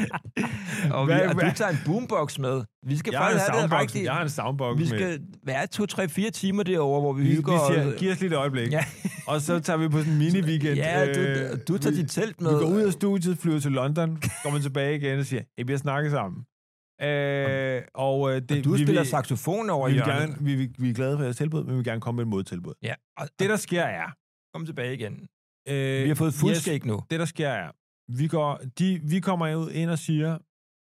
vi,
Hvad-
og du
hvad-
tager en boombox med. Vi skal
jeg, har en
faktisk have det
soundbox,
rigtigt.
jeg har en soundbox
Vi
med.
skal være to, tre, fire timer derovre, hvor vi,
Vi,
hygger
vi siger,
os.
giv os lige et øjeblik.
Ja.
Ja. og så tager vi på sådan en mini-weekend. Øh,
Ja, du, du tager
vi,
dit telt
med.
med.
Vi går ud af studiet, flyver til London, kommer tilbage igen og siger, hey, vi har snakket sammen. Øh, og, øh, det,
og du
vi,
spiller
vil-
saxofon over
vi, vil
hjørnet.
gerne, vi, vi, vi er glade for jeres tilbud, men vi vil gerne komme med et modtilbud.
Ja, og
Det,
det der...
der sker er...
Kom tilbage igen.
Øh,
Vi har fået fuldskæg nu.
det, der sker er, vi, går, de, vi kommer ud ind og siger,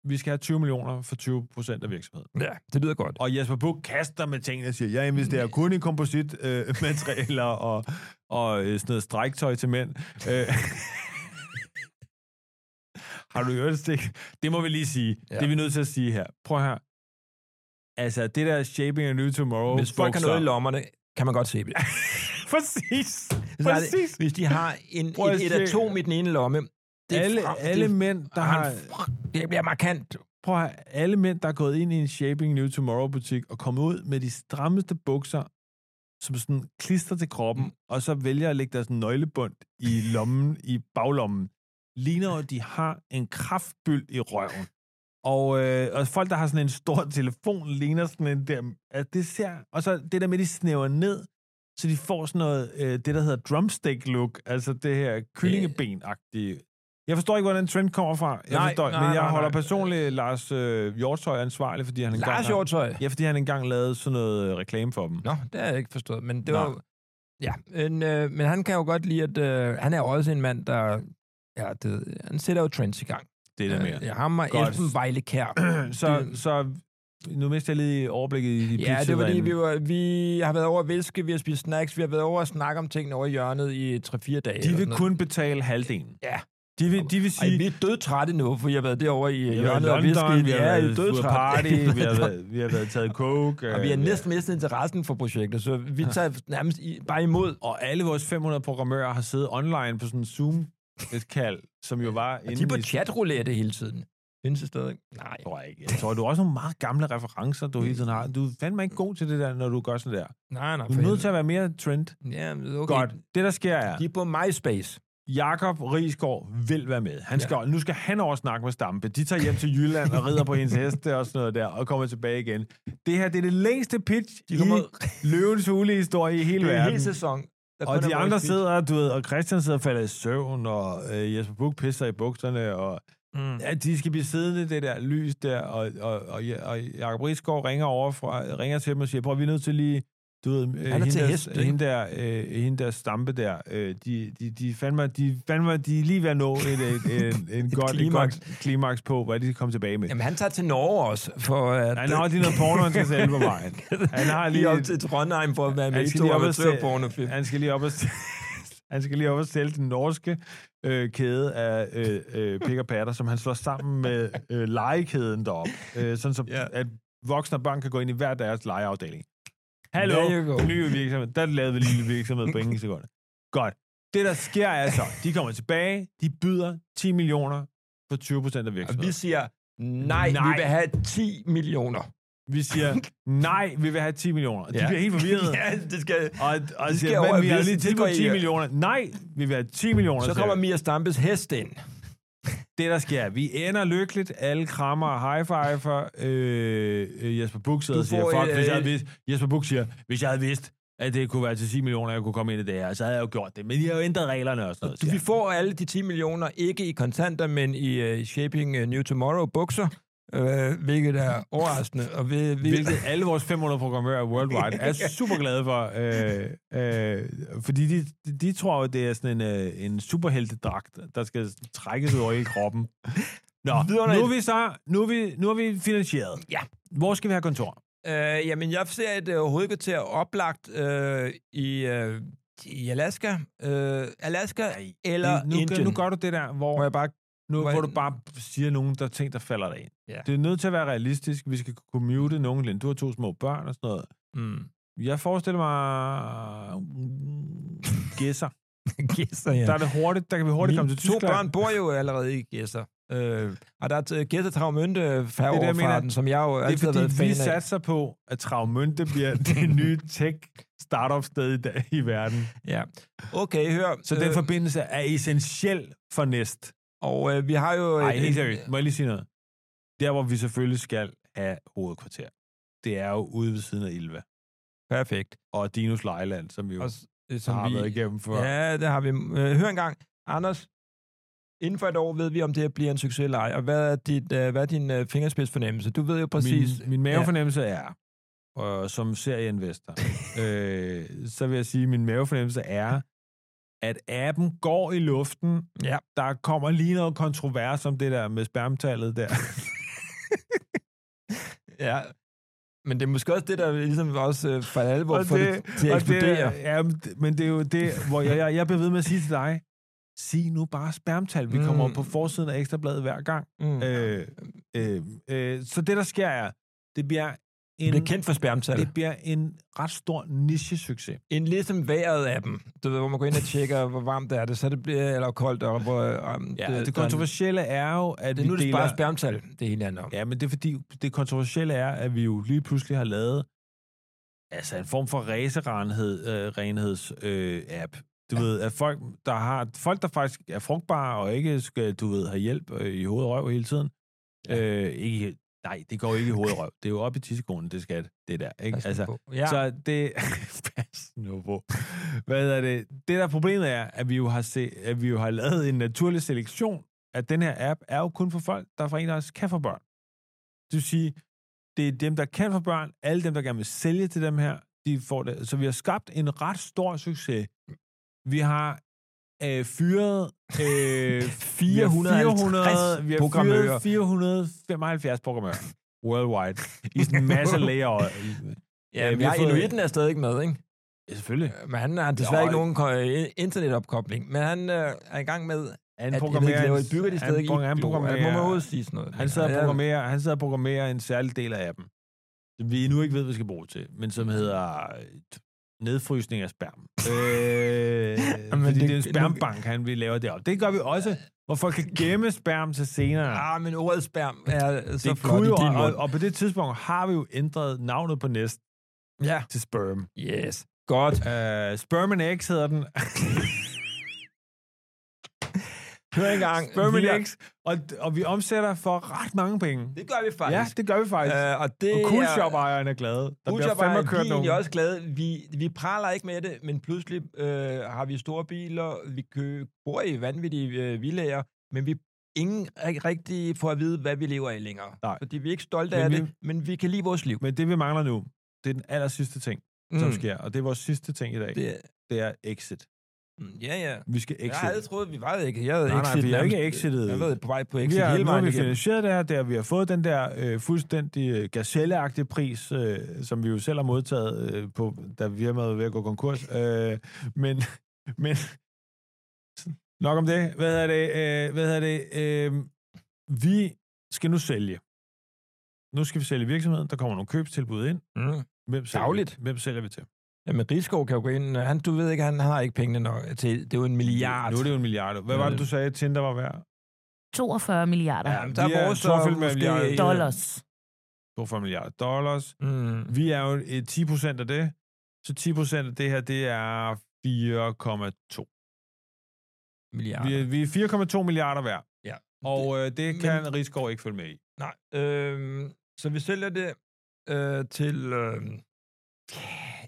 vi skal have 20 millioner for 20 procent af virksomheden.
Ja, det lyder godt.
Og Jesper Buch kaster med tingene og siger, jeg investerer kun i kompositmaterialer øh, (laughs) materialer og, og øh, sådan noget stræktøj til mænd. Øh. (laughs) Har du hørt det? Stig? Det må vi lige sige. Ja.
Ja.
Det er vi nødt til at sige her. Prøv her. Altså, det der Shaping a New Tomorrow...
Hvis folk har
bukser-
noget i lommerne, kan man godt se det.
(laughs) Præcis.
Hvis,
Præcis.
det, hvis de har en,
Prøv at
et, et
se.
atom i den ene lomme, det er
Alle,
fra-
alle
det,
mænd, der
har...
har...
det bliver markant.
Prøv at høre, alle mænd, der er gået ind i en Shaping New Tomorrow-butik og kommet ud med de strammeste bukser, som sådan klister til kroppen, mm. og så vælger at lægge deres nøglebund i lommen, i baglommen, ligner jo, at de har en kraftbyld i røven. Og, øh, og folk, der har sådan en stor telefon, ligner sådan en der... Altså, det ser... Og så det der med, de snæver ned, så de får sådan noget, øh, det der hedder drumstick-look, altså det her kyllingeben-agtige. Jeg forstår ikke, hvor den trend kommer fra. Jeg
Nej,
forstår,
nej,
men jeg
nej, nej.
holder personligt Lars øh, Hjortøj ansvarlig, fordi han engang
Lars
har,
Hjortøj.
ja, fordi han engang lavede sådan noget øh, reklame for dem.
Nå, det har jeg ikke forstået, men det
Nå.
var... Ja, men, øh, men han kan jo godt lide, at øh, han er jo også en mand, der... Ja, det, han sætter jo trends i gang.
Det er det mere.
Øh, ja, ham og
Godt.
Elfen Vejle
(clears throat)
Kær.
Så, så nu mister jeg lige overblikket i de
Ja, det
pizzaer
var fordi,
derinde.
vi, var, vi har været over at viske, vi har spist snacks, vi har været over at snakke om tingene over i hjørnet i 3-4 dage.
De
eller
vil
sådan
kun betale halvdelen.
Ja.
De vil, de vil sige,
noget. Ej, vi er dødtrætte nu, for jeg har været derovre i
vi har været
hjørnet
i
og
London,
viske.
vi har været ude at
dødtrætte.
party,
(laughs)
vi har været, vi har været taget coke.
Og vi
øh,
har næsten mistet interessen for projektet, så vi tager nærmest i, bare imod.
Og alle vores 500 programmører har siddet online på sådan en Zoom-kald, som jo var
Og
inde
de er på
i...
chatroulette hele tiden. Findes det stadig? Nej.
Tror jeg ikke. Jeg tror, du har også nogle meget gamle referencer, du hele tiden har. Du er fandme ikke god til det der, når du gør sådan der.
Nej, nej.
Du er nødt til at være mere trend.
Ja, men okay.
Godt. Det, der sker, er...
De er på MySpace.
Jakob Risgaard vil være med. Han skal, ja. Nu skal han over snakke med Stampe. De tager hjem til Jylland og rider på hendes heste og sådan noget der, og kommer tilbage igen. Det her, det er det længste pitch
De
de
kommer-
i løvens hule-historie i (laughs) hele
Det er en
verden.
hel sæson. der kun
Og de
er
andre
Voice Kids.
sidder, du ved, og Christian sidder og falder i søvn, og øh, Jesper Buch pisser i bukserne, og
Mm.
ja, de skal blive siddende, i det der lys der, og, og, og, ja- og Jacob Risgaard ringer over fra, ringer til dem og siger, prøv, vi er nødt til lige, du ved, øh,
er
hende,
til
der,
hest, ikke?
hende, der, øh, hende der stampe der, øh, de, de, de, fandme, de, fandme, de er lige ved at nå et, et,
(laughs)
en, en
klimaks.
godt, klimaks. et godt klimaks på, hvad de skal komme tilbage med.
Jamen, han tager til Norge også, for at...
Han har lige
(laughs)
noget porno, han skal sælge på vejen. Han har
lige
lige,
op til Trondheim for at være med
Han
i
skal
to
lige op og se-
amatørpornofilm.
Han skal lige op og (laughs) han skal lige op og sælge den norske øh, kæde af øh, øh, pik og patter, som han slår sammen med øh, legekæden deroppe. Øh, sådan så,
Ja.
yeah. at voksne og børn kan gå ind i hver deres legeafdeling. Hallo,
There you go.
ny virksomhed. Der lavede vi lige en lille virksomhed på ingen sekunder. Godt. Det, der sker, er så, de kommer tilbage, de byder 10 millioner for 20 procent af
Og vi
virksomheden.
siger, nej, nej, vi
Nej.
vil have 10 millioner.
Vi siger, nej, vi vil have 10 millioner. De
Ja.
bliver helt forvirrede.
ja, det skal...
Og, og
De skal
de siger,
over
men vi har
avisen,
lige
de
tilbudt
går i-
10 millioner. Nej, vi vil have 10 millioner.
Så
siger
kommer
jeg.
Mia Stampes hest ind.
det, der sker. Vi ender lykkeligt. Alle krammer og high-fiver. Øh, øh, Jesper Buch sidder
Du
og siger,
får
fuck,
et,
hvis jeg havde
øh,
vidst, Jesper Buch siger, hvis jeg havde vidst, at det kunne være til 10 millioner, jeg kunne komme ind i det her, så havde jeg jo gjort det. Men de har jo ændret reglerne og sådan noget.
Du,
siger
vi får alle de 10 millioner, ikke i kontanter, men i uh, Shaping uh, New Tomorrow bukser, uh, hvilket er overraskende. Og ved,
han.
hvilket,
(laughs) Hvilket alle vores 500 programmører worldwide er super glade for. Øh, øh, fordi de, de- de tror jo, det er sådan en, øh, en superheltedragt, der skal trækkes ud over hele kroppen. Nå,
Vidunderligt.
nu er vi så, nu er vi, nu er vi finansieret.
Ja.
Hvor skal vi have kontor?
uh, jamen, jeg ser et uh, hovedkvarter oplagt uh, i, uh, i Alaska. Uh, Alaska Ej, eller
nu,
Indien.
nu gør du det der, hvor,
Må jeg bare...
nu,
må
hvor
jeg-
du bare siger nogen, der ting, der falder dig ind.
Ja.
Det er nødt til at være realistisk. Vi skal kunne mute nogenlunde. Du har to små børn og sådan noget.
(laughs) Mm.
Jeg forestiller mig... mm, Gæsser.
Gæster, ja.
Der er det hurtigt. Der kan vi hurtigt komme til
to
Tyskland.
børn bor jo allerede i Gæsser. Øh, og der er Gæssetraumønte
Det er det, jeg
øh, færgeoverfarten, som jeg jo
Det
altid
er
har været
fordi,
fan
vi
af.
satser på, at Travmønte
(laughs)
bliver det nye tech-startup-sted i, dag, i verden.
Ja. Okay, hør.
Så den forbindelse er essentiel for næst.
og øh, vi har jo...
Ej, helt seriøst. Må jeg lige sige noget? Der, hvor vi selvfølgelig skal have hovedkvarter, det er jo ude ved siden af Ilva.
Perfekt.
og Dinos Lejland, som vi jo
Og,
også,
s- øh,
som har vi, været igennem før. Ja.
Ja, det har vi. Øh, hør engang, Anders. Inden for et år ved vi, om det her bliver en succes eller ej. Og hvad er, dit, øh, hvad er din øh, fingerspidsfornemmelse? Du ved jo præcis...
Min, min mavefornemmelse er, og som
(laughs)
serieinvestor, øh, så vil jeg sige, at min mavefornemmelse er, at appen går i luften.
Ja.
Der kommer lige noget kontrovers om det der med
(laughs)
spermtallet der.
Ja. Men det er måske også det, der ligesom også øh, for alvor
Og
får det, til at
og
eksplodere.
Det, ja, men det- men det er jo det, hvor jeg, jeg, jeg bliver ved med at sige til dig, sig nu bare spermtal. Vi
Mm.
kommer op på forsiden af Ekstrabladet hver gang.
mm.
Øh, øh, øh, så det, der sker, er, det bliver en,
Bliver kendt for spermtal.
det bliver en ret stor niche-succes.
en ligesom vejret af dem. Du ved, hvor man går ind og tjekker, hvor varmt det er det, så det bliver, eller koldt, og hvor... Um,
Ja, det, det kontroversielle er jo, at
Det,
vi
nu er det
deler...
bare spermtal, det hele handler om.
Ja, men det er fordi, det kontroversielle er, at vi jo lige pludselig har lavet altså en form for racerenhed, øh, renheds, øh, app. Du ja. ved, at folk der, har, folk, der faktisk er frugtbare og ikke skal, du ved, have hjælp øh, i hovedet og røv hele tiden. Ja. Øh, ikke, nej, det går jo ikke i hovedet og røv. Det er jo op i tissekonen, det skal det der. Ikke?
Pas nu
Altså,
på. ja.
så det... (laughs) Pas nu på. Hvad er det? Det, der er problemet er, at vi jo har, se, at vi jo har lavet en naturlig selektion, at den her app er jo kun for folk, der for en af os kan få børn. Det vil sige, det er dem, der kan få børn, alle dem, der gerne vil sælge til dem her, de får det. Så vi har skabt en ret stor succes. Vi har øh, fyret øh,
450
vi har
programmører.
fyret 475 programmører worldwide i sådan en masse layer.
ja,
øh,
men
vi
jeg,
har
har
fået-
Inuiten er stadig ikke med, ikke?
Ja, selvfølgelig.
Men han har desværre
Jo,
ikke nogen ko- øh, internetopkobling, men han øh, er i gang med
Han
at
programmerer,
jeg ved,
en-
ikke, laver de
han
stadig ikke
pro- han
i-
programmerer,
Må man overhovedet sige sådan noget? Altså,
han, sidder og
Ja,
programmerer, han sidder og programmerer en særlig del af appen, som vi endnu ikke ved, hvad vi skal bruge til, men som hedder øh, nedfrysning af
(laughs)
sperm. øh,
Jamen,
fordi
det-
det, er en spermbank, han vi laver deroppe. Det gør vi også, hvor folk kan gemme sperm til senere.
Ah, men ordet sperm er så
det
flot
kunne
i
jo,
din
og,
mund.
og på det tidspunkt har vi jo ændret navnet på næst
Ja,
til sperm.
yes. Godt.
Uh, sperm and X hedder den.
Hør
(laughs)
engang.
Sperm
Vi er-
and X. Og, og vi omsætter for ret mange penge.
Det gør vi
Ja,
faktisk.
det gør vi faktisk.
Øh, og det
Og cool
er-
shop ejeren er glade. Der bliver
Budjabber,
fandme
vi er
kørt nogen.
egentlig også glade. Vi, vi praler ikke med det, men pludselig øh, har vi store biler, vi kø, bor i vanvittige øh, villager, men vi ingen ri- rigtig får at vide, hvad vi lever af længere.
Nej.
Fordi vi er ikke stolte
Men
af
vi-
det, men vi kan lide vores liv.
Men det, vi mangler nu, det er den aller sidste ting, mm. som sker. Og det er vores sidste ting i dag. Det,
Det,
det er exit.
mm, ja, ja.
Vi skal
Jeg havde
exit.
troet, vi var ikke. Jeg havde
Nej, nej,
exit
vi er
nærmest-
ikke exitet.
Jeg var på vej på
Vi
exit
har,
hele
nu har
vejen
vi
igennem.
finansieret det her, det er, at vi har fået den der øh, fuldstændig øh, gazelleagtige pris, øh, som vi jo selv har modtaget, øh, på, da firmaet var ved at gå konkurs. Øh, men, (laughs) men nok om det. Hvad er det? Øh, hvad er det? Øh, vi skal nu sælge. Nu skal vi sælge virksomheden. Der kommer nogle købstilbud ind.
Mm.
Hvem sælger,
Dagligt.
Vi? Hvem sælger vi til?
Jamen, Rigskov kan jo gå ind. Han, du ved ikke, han har ikke pengene nok til. Det er jo en milliard.
Nu er det jo en milliard. Hvad var det, du sagde, Tinder var værd?
42 milliarder
Ja,
ja.
men
vi
der er
er
vores så
12
måske-
milliarder.
dollars.
42 milliarder dollars.
Mm.
Vi er jo øh, 10 procent af det. Så 10 procent af det her, det er 4,2.
Milliarder.
Vi, er- vi er 4,2 milliarder hver.
Ja.
Og øh, det kan
men-
men... Rigsgaard ikke følge med i.
Nej. Øh, så vi sælger det øh, til øh,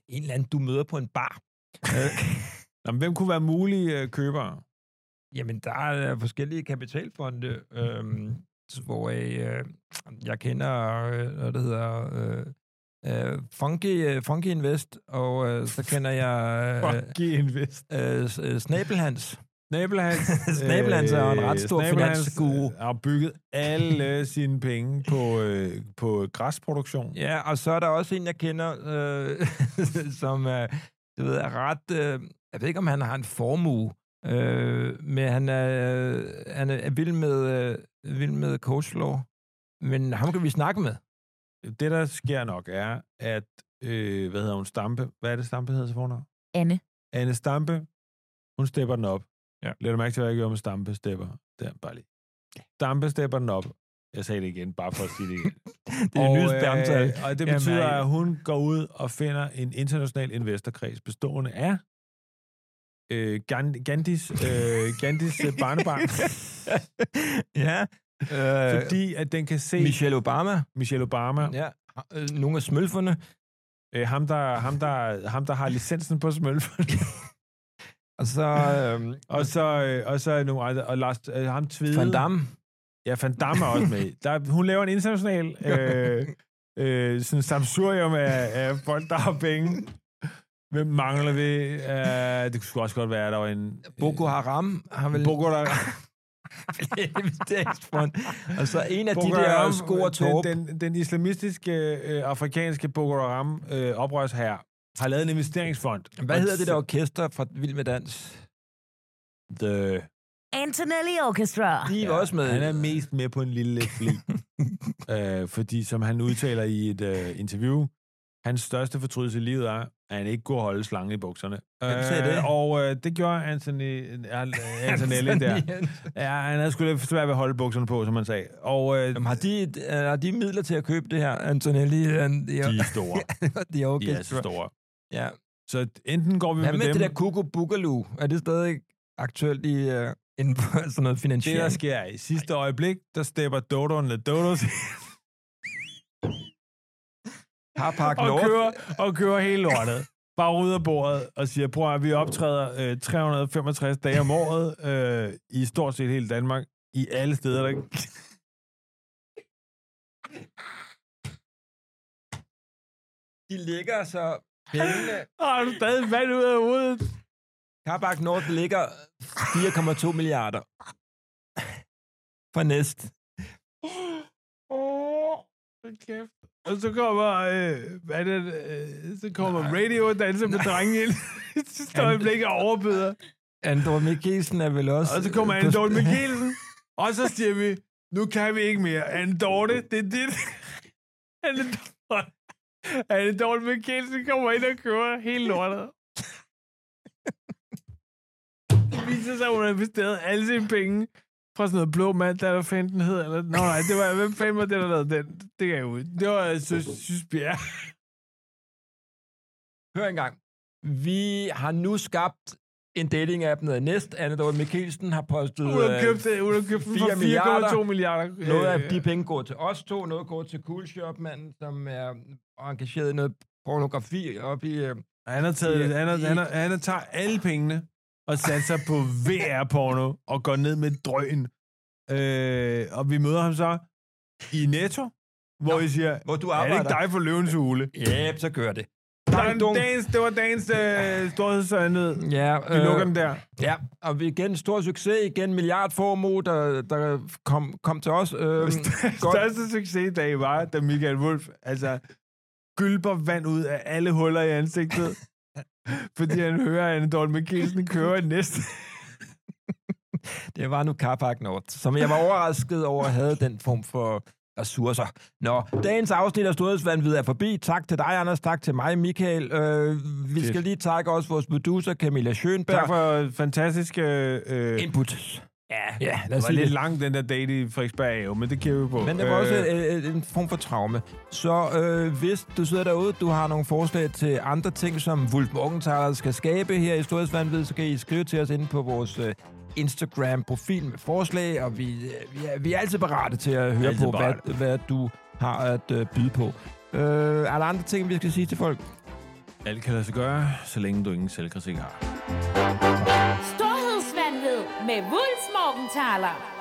en eller anden, du møder på en bar. Øh,
Nå, men hvem kunne være mulige øh, købere?
jamen, der er øh, forskellige kapitalfonde, øh, hvor øh, jeg kender, øh, hvad det hedder, øh, øh, Funky, øh, Funky Invest, og øh, så kender jeg øh,
Fuck, øh, invest.
øh, s- øh, Snabelhans.
(laughs) Snabelhans.
Snabelhans er jo en ret stor finansguru.
Øh, Har bygget alle sine penge på, øh, på græsproduktion.
Ja, og så er der også en, jeg kender, øh, (laughs) som øh, du ved, er ret... Øh, jeg ved ikke, om han har en formue, øh, men han er, han er vild med, øh, vild med coachlaw. Men ham kan vi snakke med.
Det, der sker nok, er, at... Øh, hvad hedder hun? Stampe. Hvad er det, Stampe hedder til fornavn?
Anne.
Anne Stampe, hun stepper den op.
Ja.
Lad du mærke til, hvad jeg gjorde med Stampe stepper? Der, bare lige. Stampe stepper den op. Jeg sagde det igen, bare for at sige det igen.
(laughs) Det er og, nyt spermtal.
øh, og det
Jamen,
betyder,
nej.
at hun går ud og finder en international investorkreds bestående af øh, Gan- Gandhis, øh, Gandhis øh, barnebarn.
(laughs) (laughs) ja. Øh, Fordi
fordi at den kan se
Michelle Obama.
Michelle Obama, ja.
Ja. øh, Nogle af smølferne.
øh, ham, der, ham, der, ham, der har licensen på smølfen.
Og så øh,
og så, øh, og så nogle andre, og Lars, øh, ham tvide.
Van Damme.
Ja, Van Damme er også med. i. Der, hun laver en international øh, øh, sådan samsurium af, af folk, der har penge. Hvem mangler vi? Uh, det skulle også godt være, at der var en...
Boko Haram har vel
Boko, der,
(laughs) investeringsfond. Og så en af de
Boko
der
Haram,
sko og tåb.
den, den, den islamistiske, øh, afrikanske Boko Haram øh, oprørsherre har lavet en investeringsfond.
Hvad
Og
hedder det
s-
der orkester fra Vild med Dans?
The...
Antonelli Orchestra.
De er
Ja,
også med. (laughs)
Han er mest med på en lille fli. øh, fordi som han udtaler i et øh, interview, hans største fortrydelse i livet er, at han ikke kunne holde slangen i bukserne.
Hvem sagde det?
Og øh, det gjorde Anthony,
(laughs)
øh, Antonelli der. Ja, han havde sgu lidt svært ved at holde bukserne på, som han sagde. Og øh,
Jamen, har de, øh, har de midler til at købe det her, Antonelli? Øh, De er,
de er store.
(laughs) de er okay.
De er så store.
Ja.
Så enten går vi
Hvad
med,
med
dem,
det der Kuku Boogaloo? Er det stadig aktuelt i, uh, inden for (laughs) sådan noget
det,
finansiering?
der sker er, i sidste øjeblik, der stepper Dodoen lidt Dodos
Har Park
og
North?
kører, og kører hele lortet. Bare ud af bordet og siger, prøv at høre, vi optræder øh, 365 dage om året øh, i stort set hele Danmark. I alle steder, (laughs) der
De ligger så pengene.
Åh, er du stadig vand ud af hovedet.
Carbac North ligger 4,2 milliarder. For næst.
Åh, hold kæft. Og så kommer, øh, hvad er det, øh, så kommer radio og danser med drengen ind. (laughs) så står jeg blik og overbyder.
Andor Mikkelsen er vel også...
Og så kommer
øh,
Anne
på-
Dorte
(laughs)
Mikkelsen. Og så siger vi, nu kan vi ikke mere. Anne Dorte,
Øh.
det er dit. (laughs) Anne Dorte. Anne Dorte Mikkelsen kommer ind og kører hele lortet. Det viser sig, at hun har investeret alle sine penge fra sådan noget blå mand, der hvad fanden den hed. Eller, Nå, nej, det var, hvem fanden var det, der lavede den? Det kan jeg ud. Det var øh, Søsbjerg.
Hør engang. Vi har nu skabt en dating-app ned næst. Anne Mikkelsen har postet...
Hun har
øh,
købt, hun har købt den for
4 milliarder.
4,2 milliarder.
Noget af
Øh,
de penge går til os to, noget går til Coolshop-manden, som er engageret i noget pornografi op i... Øh,
Han har, taget,
Ja,
han, har,
i-
han, har, han har tager alle pengene og sat sig
(laughs)
på VR-porno og går ned med drøen. Øh, og vi møder ham så i Netto, hvor
Nå,
vi siger,
hvor du
er det
arbejder.
ikke dig for løvens hule?
Ja, så gør det.
Der
Dang,
er en
dong.
dagens, det var dagens øh, storhedsøjnhed.
Ja, øh,
Vi lukker den der.
Ja, og vi igen stor succes, igen milliardformue, der, der kom, kom til os. Øh, (laughs) godt.
Største succes i dag var, da Michael Wolf altså, gylper vand ud af alle huller i
(laughs)
ansigtet, fordi han hører, at Anne Dorte Mikkelsen kører næste.
Det var nu Carpark Nord, som jeg var overrasket over havde den form for ressourcer. Nå, dagens afsnit af Storhedsvandvid er forbi. Tak til dig, Anders. Tak til mig, Michael. Øh, vi
Fedt.
skal lige takke også vores producer, Camilla Schönberg.
Tak for fantastisk... Øh, øh,
input. Ja, ja lad
Det
os
var
sige
lidt
det.
lang, den der date i Frederiksberg jo, men det kigger vi på.
Men det var også øh, øh, en form for traume. Så øh, hvis du sidder derude, du har nogle forslag til andre ting, som Wulf Morgenthaler skal skabe her i Storhedsvandved, så kan I skrive til os inde på vores øh, Instagram-profil med forslag, og vi, øh, vi, er, vi er altid parate til at høre
Altid
på,
parate.
hvad, hvad du har at øh, byde på. Øh, er der andre ting, vi skal sige til folk?
Alt kan lade sig gøre, så længe du ingen selvkritik har.
Storhedsvandved med Wulfs Morgenthaler.